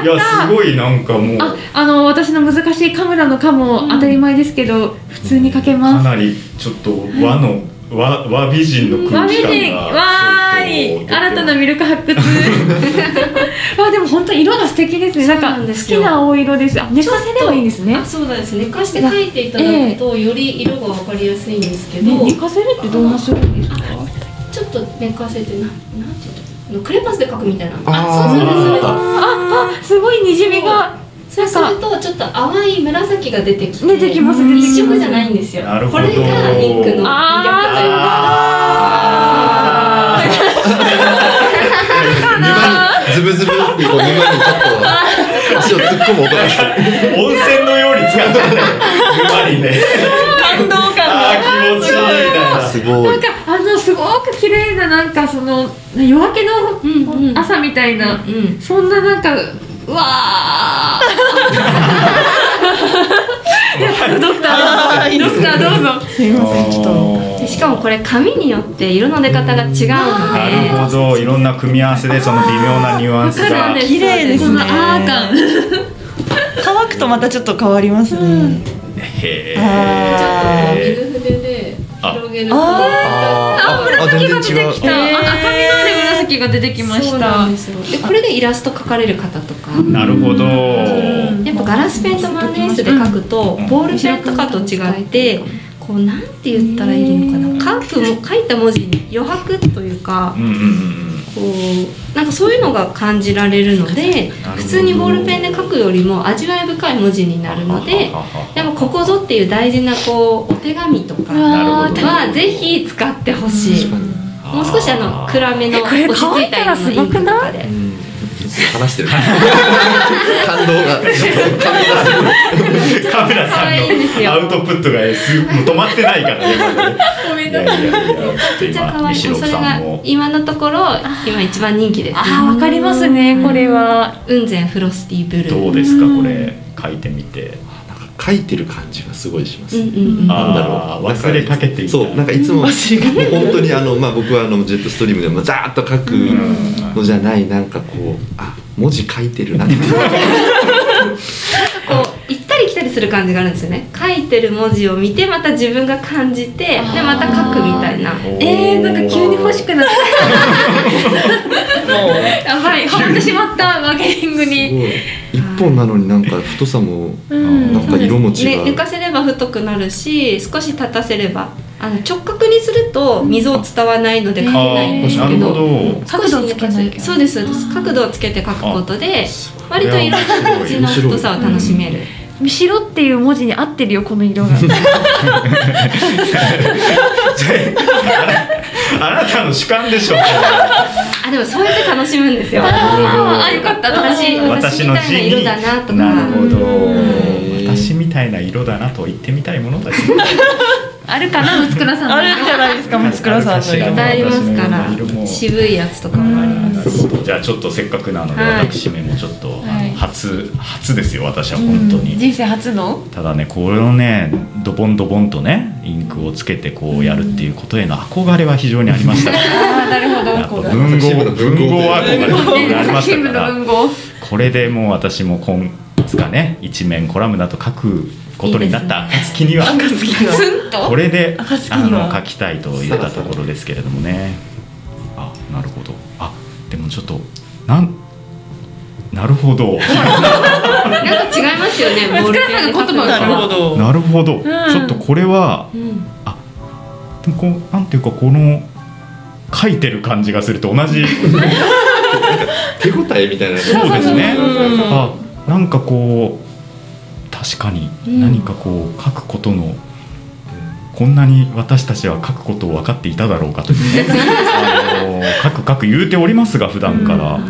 Speaker 2: った
Speaker 1: いやすごいなんかもう
Speaker 2: ああの私の難しいカムラの「カ」も当たり前ですけど、普通に書け
Speaker 1: か
Speaker 2: ます。
Speaker 1: なりちょっと和の和和美人の
Speaker 2: わ
Speaker 1: 空
Speaker 2: び
Speaker 1: 気
Speaker 2: 人
Speaker 1: 感が
Speaker 2: わーい
Speaker 1: ちょっと
Speaker 2: 新たな魅力発 掘あでも本当に色が素敵ですねなんか
Speaker 3: そうなんです
Speaker 2: 好
Speaker 3: よ
Speaker 2: きな青色ですあ寝かせればいいんですね
Speaker 3: あそうなんですね寝かして書いていただくとより色がわかりやすいんですけど、
Speaker 2: ね寝かせるってどんな種類ですか
Speaker 3: ちょっと寝かせてななんていうのクレパスで書くみたいな
Speaker 6: あー
Speaker 3: そうそうそうそう
Speaker 2: ああすごいにじみが
Speaker 3: そうするとちょっと淡い紫が出てきて
Speaker 2: 出てきます出てきます
Speaker 3: 一色じゃないんですよ
Speaker 1: なるほど
Speaker 3: これがインクの魅力というか
Speaker 1: あ
Speaker 6: 二番にズブズブってこう二番にちょっと足を突っ込む音がして
Speaker 1: ー温泉のように使っちゃってる沼 にね
Speaker 7: 感動感
Speaker 1: あー気持ちいいみたい
Speaker 6: すごい
Speaker 2: なんかあのすごく綺麗ななんかその夜明け
Speaker 3: うんうん
Speaker 2: の朝みたいな、
Speaker 3: うん
Speaker 2: そんななんかうわー いやドクタ
Speaker 4: あー
Speaker 2: ー
Speaker 4: いいで
Speaker 2: ド
Speaker 4: す
Speaker 2: クターどうぞ
Speaker 4: すいませんちょっと
Speaker 1: な
Speaker 3: でしかもこれ紙によって色の出方が違うので
Speaker 1: なるほどいろんな組み合わせでその微妙なニュアンス
Speaker 3: そうな
Speaker 1: が
Speaker 3: んです
Speaker 4: 綺麗ですね
Speaker 3: そう
Speaker 2: このあー感
Speaker 4: 乾くとまたちょっと変わりますね。
Speaker 1: へ
Speaker 4: あ
Speaker 3: なんで
Speaker 1: え
Speaker 3: すちょっと筆で広げると
Speaker 6: あーあ
Speaker 2: 紫が出てきた、
Speaker 6: う
Speaker 2: あ赤みのあ
Speaker 4: へー
Speaker 2: る紫が出てきま
Speaker 3: そ
Speaker 2: し
Speaker 3: うな
Speaker 2: た
Speaker 3: んですよでこれでイラスト描かれる方とか
Speaker 1: なるほど
Speaker 3: やっぱガラスペンと万年筆で描くと
Speaker 1: うん
Speaker 3: ボールペンとかと違ってこうなんて言ったらいいのかな書くも書いた文字に余白というか
Speaker 1: うんうんうん
Speaker 3: こうなんかそういうのが感じられるので
Speaker 1: ほど
Speaker 3: 普通にボールペンで書くよりも味わい深い文字になるのででもここぞっていう大事なこうお手紙とか
Speaker 1: なるほど
Speaker 3: はぜひ使ってほしいもう少しあの暗めの落ち着いた色のインクとかで
Speaker 6: うん話してる 感動が ちょっと感動がすごい
Speaker 1: カメラさん
Speaker 3: 可愛いんです
Speaker 1: の
Speaker 3: よ
Speaker 1: アウトプットがえすもう止まってないからね。ごめんなさいやいやいや。ちょ
Speaker 3: め
Speaker 1: っ
Speaker 3: っ
Speaker 1: と
Speaker 3: ちゃ
Speaker 1: 今
Speaker 3: 可愛い
Speaker 1: 西
Speaker 3: もう
Speaker 1: 六
Speaker 3: それ
Speaker 1: さ
Speaker 3: が
Speaker 1: んも
Speaker 3: 今のところ今一番人気です
Speaker 2: あーわかりますねこれは
Speaker 3: 雲仙フロスティーブルー
Speaker 1: どうですかこれ書いてみて。
Speaker 6: 書いてる感じがすごいします、
Speaker 3: うんうんうん
Speaker 6: なん
Speaker 1: あ
Speaker 6: だろ
Speaker 1: あ
Speaker 6: う
Speaker 1: 忘れかけていた。
Speaker 6: そうなんかいつも本当にあの、まあ、僕はあのジェットストリームでもザーッと書くのじゃないなんかこうあ文字書いてるなって
Speaker 3: こう行ったり来たり
Speaker 5: りする感じがあるんですよね書いてる文字を見てまた自分が感じてでまた書くみたいな
Speaker 2: えー、なんか急に欲しくなった
Speaker 4: もう
Speaker 2: やばいハマってしまったマーケティング
Speaker 6: す
Speaker 2: に
Speaker 6: ごい一本なのになんか太さも
Speaker 2: うん
Speaker 6: なんか色も違
Speaker 5: ね、
Speaker 6: う、
Speaker 5: 寝かせれば太くなるし少し立たせればあの直角にすると溝を伝わないので書けないんです
Speaker 1: あーな
Speaker 5: け
Speaker 1: るほ
Speaker 5: ど
Speaker 1: ど
Speaker 5: 少し寝かせ
Speaker 2: 角度をつけない
Speaker 5: そうですそうです角度をつけて書くことで割といろんな感じの
Speaker 6: 面白い
Speaker 5: 太さを楽しめる
Speaker 2: 白っていう文字に合ってるよこの色が
Speaker 1: あなたの主観でしょ
Speaker 5: あでもそうやって楽しむんですよ
Speaker 2: ああよかった
Speaker 5: 私
Speaker 2: 私
Speaker 5: 私みたいな色だなと
Speaker 1: なる
Speaker 5: か
Speaker 1: ほど
Speaker 6: うん
Speaker 1: 私みたいな色だなと言ってみたいものだし
Speaker 2: あるかなムツクラさんの
Speaker 4: あるんじゃないですか松倉さんの色
Speaker 5: いっ
Speaker 1: 確
Speaker 5: ぱいありますか
Speaker 1: 私の色も
Speaker 5: ら渋いやつとかもありま
Speaker 1: な
Speaker 5: す
Speaker 1: るほどじゃあちょっとせっかくなので
Speaker 5: はい
Speaker 1: 私めもちょっと、
Speaker 2: は
Speaker 1: あの
Speaker 2: い
Speaker 1: 初初ですよ私は本当に、
Speaker 2: うん人生初の
Speaker 1: ただねこれをねドボンドボンとねインクをつけてこうやるっていうことへの憧れは非常にありま したや
Speaker 2: ああなるほど
Speaker 1: っぱ文
Speaker 6: 私
Speaker 1: 豪
Speaker 6: も文豪
Speaker 1: 文豪憧れは非常にありま
Speaker 2: 作
Speaker 1: した
Speaker 2: 品部
Speaker 1: か
Speaker 2: の
Speaker 1: ら
Speaker 2: 文豪
Speaker 1: これでもう私も今月かね一面コラムだと書くことになった暁 には
Speaker 2: ツンと
Speaker 1: これであ
Speaker 4: 暁には
Speaker 1: の書きたいと言ったところですけれどもねあなるほどあでもちょっとなんなるほど
Speaker 5: なんか違いますよねボールペンで書くの
Speaker 2: 松
Speaker 5: と
Speaker 2: 倉さんが言葉を
Speaker 4: なるほど
Speaker 1: なるほど、ちょっとこれは
Speaker 5: うん
Speaker 1: でもこうなんていうかこの書いてる感じがすると同じ
Speaker 6: 手応えみたいな
Speaker 1: そうですね
Speaker 6: そうそうそう
Speaker 1: あなんかこう確かに
Speaker 5: うん
Speaker 1: 何かこう書くことの、こんなに私たちは書くことを分かっていただろうかというねあの書く書く言うておりますが普段から、あ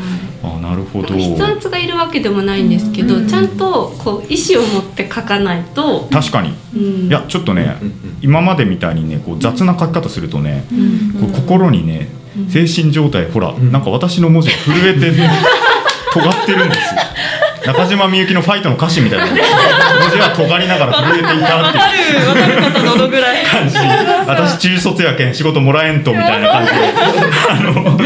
Speaker 1: なるほど
Speaker 5: 筆圧がいるわけでもないんですけど、ちゃんとこう意思を持って書かないと、
Speaker 1: 確かに
Speaker 5: うん、
Speaker 1: いやちょっとね、
Speaker 6: うんうん
Speaker 1: 今までみたいにねこう雑な書き方するとね、
Speaker 5: うん、
Speaker 1: こう心にね
Speaker 5: うん
Speaker 1: 精神状態ほら、
Speaker 6: ん
Speaker 1: なんか私の文字が震え て、ね、尖ってるんですよ中島みゆきの「ファイト」の歌詞みたいな文字は尖りながら震えていたっていう
Speaker 4: わかる方どのぐらい
Speaker 1: 感じ私中卒やけん仕事もらえんとみたいな感じであの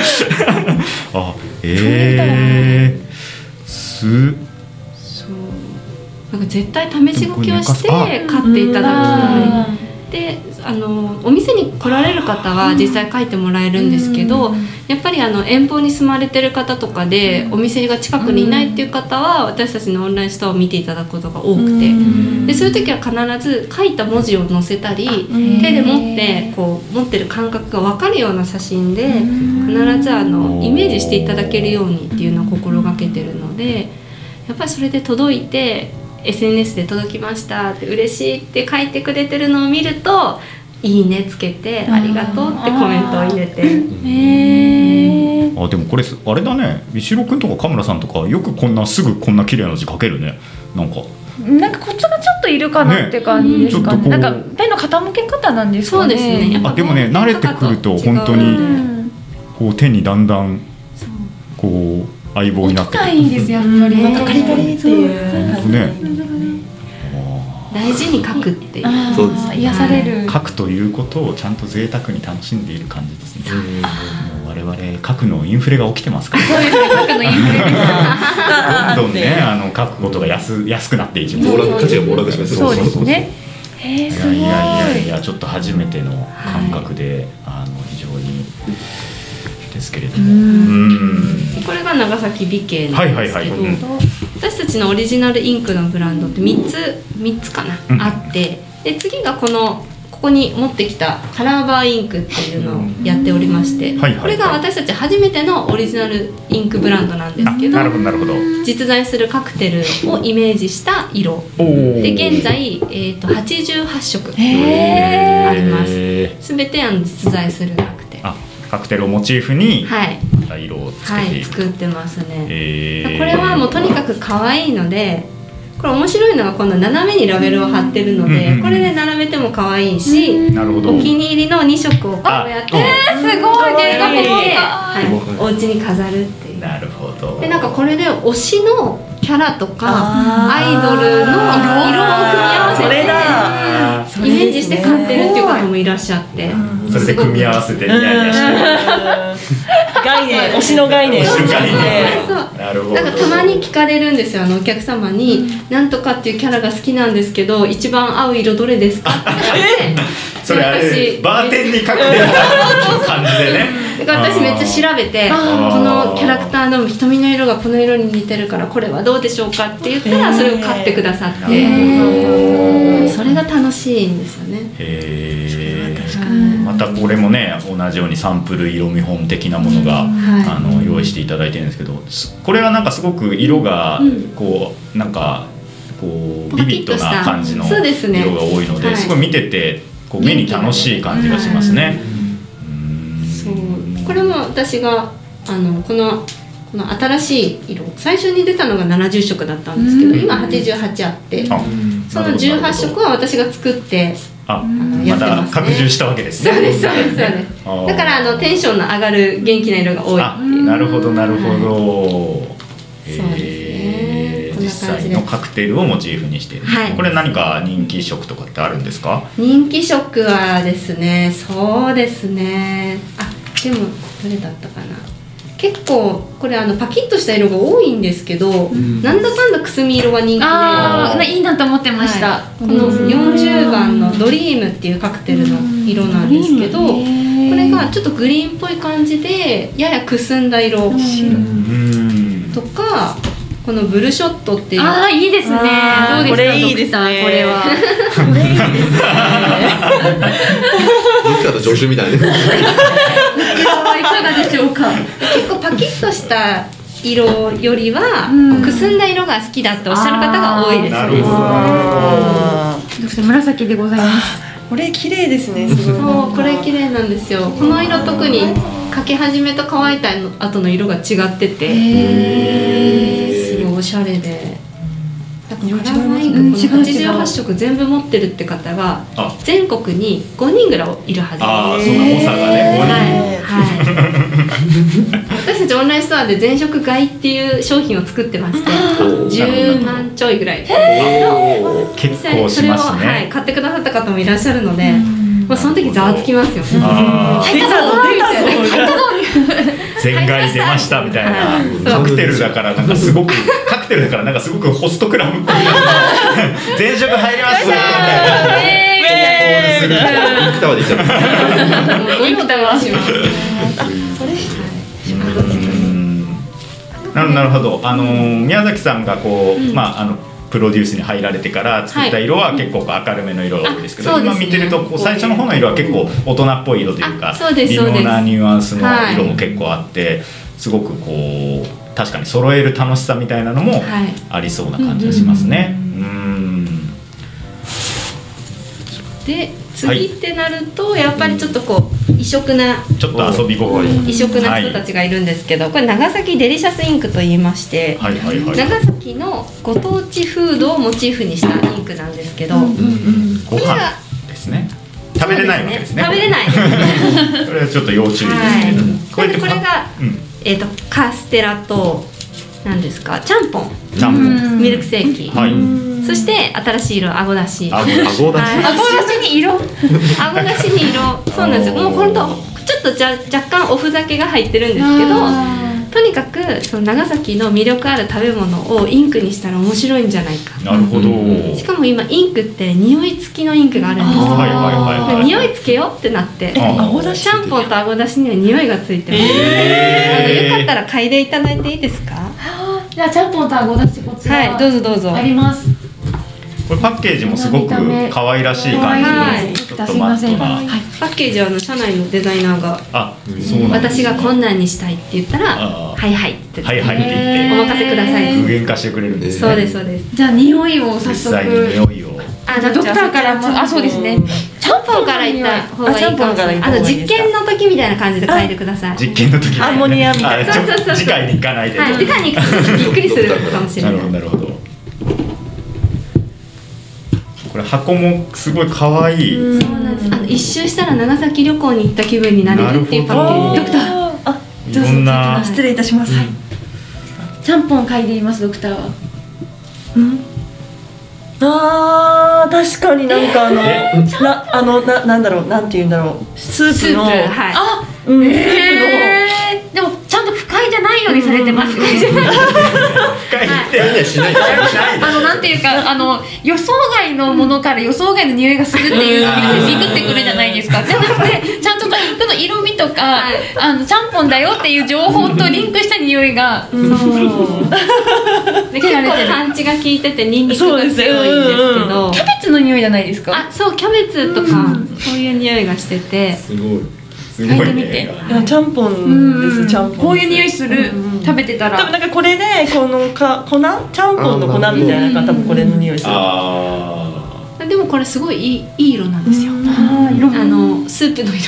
Speaker 1: あえー、す
Speaker 5: そうなんか絶対試し書きをし
Speaker 1: でもこれ寝
Speaker 5: て買っていただきたい
Speaker 2: あ
Speaker 5: であのお店に来られる方は実際書いてもらえるんですけど、やっぱりあの遠方に住まれてる方とかでお店が近くにいないっていう方は私たちのオンラインストアを見ていただくことが多くて。でそういう時は必ず書いた文字を載せたり
Speaker 2: ん
Speaker 5: 手で持ってこう持ってる感覚が分かるような写真で必ずあ
Speaker 1: お
Speaker 5: の
Speaker 1: ー
Speaker 5: イメージしていただけるようにっていうのを心がけてるのでやっぱりそれで届いて SNS で届きましたって嬉しいって書いてくれてるのを見ると「いいね」つけて「ありがとう」ってコメントを入れて。
Speaker 2: えー
Speaker 1: あでもこれすあれだね石郎君とかカムラさんとかよくこんなすぐこんな綺麗な字書けるねなんか
Speaker 2: なんかコツがちょっといるかなって感じですかね
Speaker 1: ねちょっとこう
Speaker 2: なんかペンの傾け方なんです
Speaker 5: そ
Speaker 2: か
Speaker 5: う
Speaker 2: ね
Speaker 5: ですね。やっぱ
Speaker 1: あでもね
Speaker 5: ボールペン
Speaker 1: 慣れてくると
Speaker 5: 違う
Speaker 1: 本当
Speaker 2: う
Speaker 1: に
Speaker 2: ん
Speaker 1: こう手にだんだん
Speaker 5: そう
Speaker 1: こう相棒になってくる
Speaker 2: いいですやっぱり
Speaker 4: なんかカリカリっていう感じ
Speaker 1: ね
Speaker 5: 大事に書くっていう。
Speaker 2: あー
Speaker 6: そうですね
Speaker 2: 癒される
Speaker 1: 書くということをちゃんと贅沢に楽しんでいる感じですねもう我々書くのインフレが起きてますか
Speaker 2: そうですね書くのインフレです
Speaker 1: ら
Speaker 4: あ
Speaker 1: どんどんねあの書くことが安安くなっていきます
Speaker 6: 暴落価値が暴落します
Speaker 2: そうですねえー、
Speaker 1: い
Speaker 2: す
Speaker 1: や
Speaker 2: ごい
Speaker 1: いやいやいやちょっと初めての感覚で、あの非常にですけれどもうん
Speaker 5: これが長崎美形な
Speaker 1: は
Speaker 5: ん
Speaker 1: いは
Speaker 5: で
Speaker 1: い
Speaker 5: す
Speaker 1: は
Speaker 5: け
Speaker 1: い、
Speaker 5: ど、
Speaker 1: うん
Speaker 5: 私たちのオリジナルインクのブランドって3つ3つかな、
Speaker 1: うん
Speaker 5: あってで次がこのここに持ってきたカラーバーインクっていうのをやっておりまして、
Speaker 1: はいはいはい
Speaker 5: これが私たち初めてのオリジナルインクブランドなんです
Speaker 1: あ
Speaker 5: けど
Speaker 1: なるほどなるほど
Speaker 5: 実在するカクテルをイメージした色
Speaker 1: おー
Speaker 5: で現在、えー、と88色
Speaker 2: へ
Speaker 5: あります
Speaker 1: へー
Speaker 5: 全てあの実在するカクテル
Speaker 1: あカクテルをモチーフに
Speaker 5: はい、
Speaker 1: 色をつけ
Speaker 5: は
Speaker 1: てい
Speaker 5: い、
Speaker 1: る、
Speaker 5: 作ってますね
Speaker 1: えー
Speaker 5: これはもうとにかく可愛いのでこれ面白いのがこの斜めにラベルを貼ってるの
Speaker 1: うんうんう
Speaker 5: で
Speaker 1: ん
Speaker 5: これで並べても可愛いし
Speaker 1: なるほど
Speaker 5: お気に入りの2色をこうやって
Speaker 2: えーすごいね
Speaker 5: 並べて、
Speaker 2: なんか
Speaker 5: はい、お家に飾るっていう
Speaker 1: なるほど
Speaker 5: でなんかこれで推しのキャラとか
Speaker 4: あ
Speaker 5: アイ
Speaker 4: ー
Speaker 5: ドルの色を組み合わせ
Speaker 4: それだ
Speaker 1: あ
Speaker 5: てイメージして買ってるっていう方もいらっしゃって
Speaker 1: ーそれで組み合わせてニヤニ ヤして
Speaker 4: 概念推しの概念
Speaker 1: 推しの概念
Speaker 5: そうそう
Speaker 1: なるほど
Speaker 5: なんかたまに聞かれるんですよあのお客様に「なんとかっていうキャラが好きなんですけど一番合う色どれですか?」って言われて
Speaker 1: それあれ
Speaker 5: 私
Speaker 1: バーテンにかけてる感じでね
Speaker 5: だから私めっちゃ調べてこ
Speaker 1: あー
Speaker 5: のキャラクターの瞳の色がこの色に似てるからこれはどうでしょうかって言ったらそれを買ってくださって、それが楽しいんですよね
Speaker 1: へーまたこれもね同じようにサンプル色見本的なものが、
Speaker 5: はい
Speaker 1: あの用意していただいてるんですけどすこれはなんかすごく色が
Speaker 5: うん
Speaker 1: こう、なんかこう
Speaker 5: パキ
Speaker 1: ビ
Speaker 5: ッと
Speaker 1: ビッドな感じの
Speaker 5: したそうですね
Speaker 1: 色が多いので
Speaker 5: はい
Speaker 1: すごい見ててこう目に楽しい感じがしますね。うん
Speaker 5: そうこれも私があのこのこの新しい色最初に出たのが70色だったんですけど
Speaker 1: うん
Speaker 5: 今88あって
Speaker 1: あ
Speaker 5: その18色は私が作って
Speaker 1: あ
Speaker 5: の
Speaker 1: また拡充したわけですね。
Speaker 5: そうですそうですそうです
Speaker 1: あー
Speaker 5: だからあのテンションの上がる元気な色が多い
Speaker 1: あなるほどなるほど。
Speaker 5: そうですね
Speaker 1: へー
Speaker 5: こん
Speaker 1: 実
Speaker 5: な感
Speaker 1: 際
Speaker 5: じで
Speaker 1: のカクテルをモチーフにしている、
Speaker 5: はい
Speaker 1: これ何か人気色とかってあるんですか
Speaker 5: 人気色はですねそうですねあでもどれだったかな結構これあのパキッとした色が多いんですけど、なんだかんだくすみ色が人気で
Speaker 2: あーないいなと思ってました、
Speaker 5: はいこの40番の「ドリーム」っていうカクテルの色なんですけどこれがちょっとグリーンっぽい感じでややくすんだ色
Speaker 1: うん
Speaker 5: とかこの「ブルショット」っていう
Speaker 2: ああいいですね
Speaker 4: あー
Speaker 2: どうですか
Speaker 4: これいいで
Speaker 2: ドク
Speaker 4: すね
Speaker 2: ターこれは
Speaker 6: ッカーと助手みたいな。
Speaker 2: いかがでしょうか
Speaker 5: 結構パキッとした色よりは、
Speaker 2: うん
Speaker 5: くすんだ色が好きだっておっしゃる方が多いです
Speaker 1: なるほ
Speaker 5: ね
Speaker 1: どなる
Speaker 4: あ
Speaker 2: 紫でございます
Speaker 4: ーこれ綺麗ですねすごい
Speaker 5: そうこれ綺麗なんですよこの色特に描き始めと乾いた後の色が違っててすごいおしゃれでだからカラーマイン
Speaker 2: うん
Speaker 5: こ
Speaker 2: 違う
Speaker 5: の
Speaker 2: 違う
Speaker 5: 88色全部持ってるって方が
Speaker 1: ほどあ
Speaker 5: 全国に5人ぐらいいるはず
Speaker 1: あーそんな重さがね五人
Speaker 5: はい、はい、私たちオンラインストアで全色買いっていう商品を作ってまして10万ちょいぐらい
Speaker 1: 結構し
Speaker 5: それを、
Speaker 1: ます
Speaker 5: はい、
Speaker 1: ね
Speaker 5: 買ってくださった方もいらっしゃるので、まあ、その時ざわつきますよ。
Speaker 1: あ
Speaker 4: 出たぞ出たぞ
Speaker 1: ー全外出ましたみたいな
Speaker 5: そ
Speaker 1: カ
Speaker 5: う
Speaker 1: クテルだからなんかすごくカクテルだからなんかすごくホストクラブ っぽい前職入りましたみたいな
Speaker 4: えーみたいな
Speaker 6: 行ったまで行っちゃっ
Speaker 5: ご用意します。
Speaker 1: うんなるなるほど、あのー宮崎さんがこう、まああのプロデュースに入られてから作った色は結構こう明るめの色が多いですけど、
Speaker 5: あそうで
Speaker 1: 今
Speaker 5: すね
Speaker 1: 見てるとこう最初の方の色は結構大人っぽい色というか
Speaker 5: あそうです
Speaker 1: 微妙なニュアンスの
Speaker 5: はい
Speaker 1: 色も結構あって、すごくこう確かに揃える楽しさみたいなのもありそうな感じがしますね。うん
Speaker 5: で次ってなるとやっぱりちょっとこう異色な
Speaker 1: ちょっと遊び心、
Speaker 5: 異色な人たちがいるんですけど、これ長崎デリシャスインクと言いまして、
Speaker 1: はいはいはいはい、
Speaker 5: 長崎のご当地フードをモチーフにしたインクなんですけど、
Speaker 1: ご飯ですね。食べれないわけですね。
Speaker 5: 食べれないです
Speaker 1: これはちょっと要注意ですけれども、
Speaker 5: はい、なんでこれが、えー、とカステラと何ですかちゃんぽん
Speaker 1: うん、ジャン
Speaker 5: ミルクセーキ、
Speaker 1: プ、はい、
Speaker 5: そして新しい色あごだし
Speaker 1: あ
Speaker 5: あ
Speaker 6: た。顎だし。
Speaker 5: ごだしに色あごだしに色そうなんですよもうほんとちょっとじゃ若干おふざけが入ってるんですけどとにかくその長崎の魅力ある食べ物をインクにしたら面白いんじゃないか
Speaker 1: なるほど。
Speaker 5: しかも今インクって匂い付きのインクがあるんですよ
Speaker 1: はいはいはいはい。
Speaker 5: 匂いつけようってなって
Speaker 1: ああ
Speaker 5: だしちゃんぽんとあごだしには匂いがついてます、
Speaker 1: えー
Speaker 5: あのよかったら嗅いでいただいていいですか
Speaker 2: じゃあちゃんぽんとあごだしこちら
Speaker 5: はいどうぞどうぞ
Speaker 2: あります
Speaker 1: これパッケージもすごく可愛らしい感じの、ちょっとマットな。
Speaker 2: はい
Speaker 5: パッケージはあの社内のデザイナーが
Speaker 1: あ、そうなんですね。
Speaker 5: 私がこんなんにしたいって言ったら
Speaker 1: あ
Speaker 5: 「はいはい」って
Speaker 1: はいはいって
Speaker 5: お
Speaker 1: 言って
Speaker 5: 任せください、
Speaker 1: 具現化してくれるんですね。
Speaker 5: そうですそうです
Speaker 2: じゃあ匂いを早
Speaker 1: 実
Speaker 2: 速
Speaker 1: 際に匂いを。
Speaker 5: あ
Speaker 2: じゃあドクターからもあそうですね
Speaker 5: ちゃんぽんからいった方がいいかもしれ
Speaker 4: あちゃんぽんから
Speaker 5: ない
Speaker 4: 行った
Speaker 5: あ
Speaker 4: 方がい
Speaker 5: の
Speaker 4: いですか
Speaker 5: 実験の時みたいな感じで嗅いでください
Speaker 1: 実験の時にね
Speaker 4: アンモニアみたいな
Speaker 1: あちょ
Speaker 5: そうそうそうそう
Speaker 1: 次回に行かないで。
Speaker 5: はい、次回に行くとびっくりするかもしれ
Speaker 1: な
Speaker 5: な
Speaker 1: る
Speaker 5: い
Speaker 1: ほどなるほど。これ箱もすごい可愛い。
Speaker 5: そうなんですあの一周したら長崎旅行に行った気分になれるっていうパッケージ
Speaker 1: なるほど
Speaker 5: ドクター
Speaker 4: あ
Speaker 1: いろんな
Speaker 4: 失礼いたします、
Speaker 2: ちゃんぽん嗅いでいますドクターは
Speaker 4: あー確かになんかあの、なあのななんだろうなんて言うんだろうスー
Speaker 5: ス
Speaker 4: プ
Speaker 5: ープ
Speaker 4: の
Speaker 5: はい
Speaker 2: あ
Speaker 4: うん、スー
Speaker 2: へえでもちゃんと不快じゃないようにされてます、不快じゃない
Speaker 1: 深いって
Speaker 6: いやしないです
Speaker 2: あのなんていうかあの予想外のものから予想外の匂いがするっていう時にビビってくるじゃないですかじゃなくてちゃんと肉の色味とか、
Speaker 5: はい
Speaker 2: あのちゃんぽんだよっていう情報とリンクした匂いが、
Speaker 5: で結構パンチが効いててニンニクが強いんですけど
Speaker 2: キャベツの匂いじゃないですか
Speaker 5: あそうキャベツとかそういう匂いがしてて
Speaker 6: すごい
Speaker 1: すご
Speaker 2: 嗅いで
Speaker 1: い
Speaker 2: みて
Speaker 1: ね
Speaker 4: プのいやちゃんぽんですちゃんぽん
Speaker 2: こういう匂いする、
Speaker 4: うん
Speaker 2: 食べてたら
Speaker 4: 多分なんかこれでこのか粉ちゃんぽんの粉みたいなのが多分これの匂いする
Speaker 1: あ
Speaker 5: でもこれすごいいいいい色なんですよ
Speaker 2: あー色も
Speaker 5: あのスープの色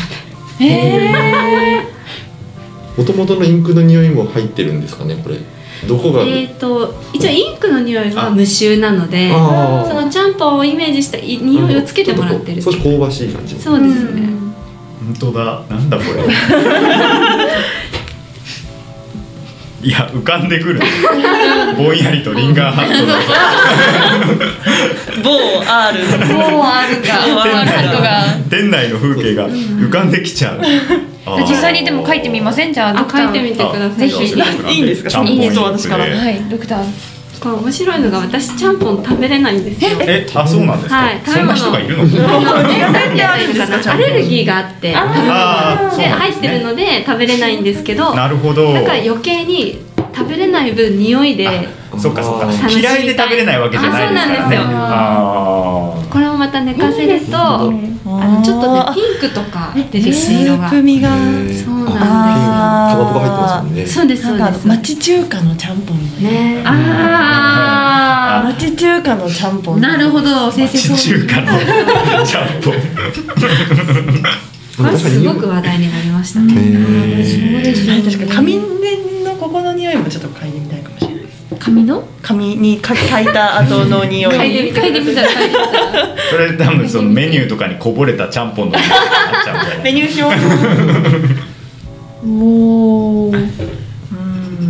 Speaker 5: で
Speaker 6: 元々のインクの匂いも入ってるんですかねこれどこが、
Speaker 5: えっ、と一応インクの匂いは無臭なので
Speaker 6: あー
Speaker 5: そのちゃんぽんをイメージしたい匂いをつけてもらってる
Speaker 6: ちょっとこう少し香ばしい感じ
Speaker 5: そうですね、
Speaker 1: 本当だなんだこれいや浮かんでくるぼんやりとリンガーハットの
Speaker 4: 某 R
Speaker 2: もうあるか
Speaker 4: もうあるか
Speaker 2: あるが
Speaker 1: 店内の風景が浮かんできちゃうあー
Speaker 2: 実際にでも書いてみませんじゃあド
Speaker 5: あ
Speaker 2: クター
Speaker 5: 書いてみてくださ
Speaker 2: ぜ
Speaker 5: い
Speaker 2: ひ
Speaker 1: あ
Speaker 4: いいんですか
Speaker 1: ちゃんぽん
Speaker 2: いいで
Speaker 1: インク
Speaker 2: す
Speaker 1: で
Speaker 4: 私から
Speaker 2: はいドクター
Speaker 5: これ面白いのが私ちゃんぽん食べれないんですよ
Speaker 1: えあそうなんですか、
Speaker 5: はい
Speaker 1: そんな人がいるの
Speaker 5: アレルギーがあって
Speaker 1: あー
Speaker 5: で
Speaker 1: そうなん
Speaker 5: 入
Speaker 1: で
Speaker 5: っ
Speaker 1: す
Speaker 5: てる
Speaker 1: ね
Speaker 5: ので食べれないんですけど
Speaker 1: なるほど
Speaker 5: だから余計に食べれない分匂いで
Speaker 1: そっかそっか
Speaker 6: 楽し
Speaker 5: みた
Speaker 1: 嫌
Speaker 5: い
Speaker 1: いで食べれないわけじゃないですからね
Speaker 5: あそうなんで
Speaker 1: あ
Speaker 5: すよこれをまた寝かせるとあのちょっとねピンクとか出てくる色が
Speaker 4: スープ味が
Speaker 5: そう
Speaker 6: あ
Speaker 5: な
Speaker 6: ーピンクかばぽが入ってますもんね
Speaker 5: そうですそう
Speaker 4: なんかあ
Speaker 5: で
Speaker 4: の
Speaker 5: す
Speaker 4: 町中華のちゃんぽんみたいな
Speaker 5: ねあ
Speaker 1: あ
Speaker 4: 町中華のちゃんぽ
Speaker 5: あ
Speaker 4: ん
Speaker 5: なるほど先生
Speaker 1: 町
Speaker 5: そう
Speaker 1: 中華のちゃんぽん
Speaker 5: これすごく話題になりましたね
Speaker 6: へー
Speaker 4: 確かに紙のここの匂いもちょっと嗅いでみたいかもしれないです
Speaker 2: 紙の
Speaker 4: 紙にか嗅いだ後の匂い
Speaker 2: 嗅いでみ嗅いでみたら嗅いでみたら
Speaker 1: それ多分そのメニューとかにこぼれたちゃんぽんの匂いになっちゃうんじゃない
Speaker 4: メニュー表
Speaker 2: もう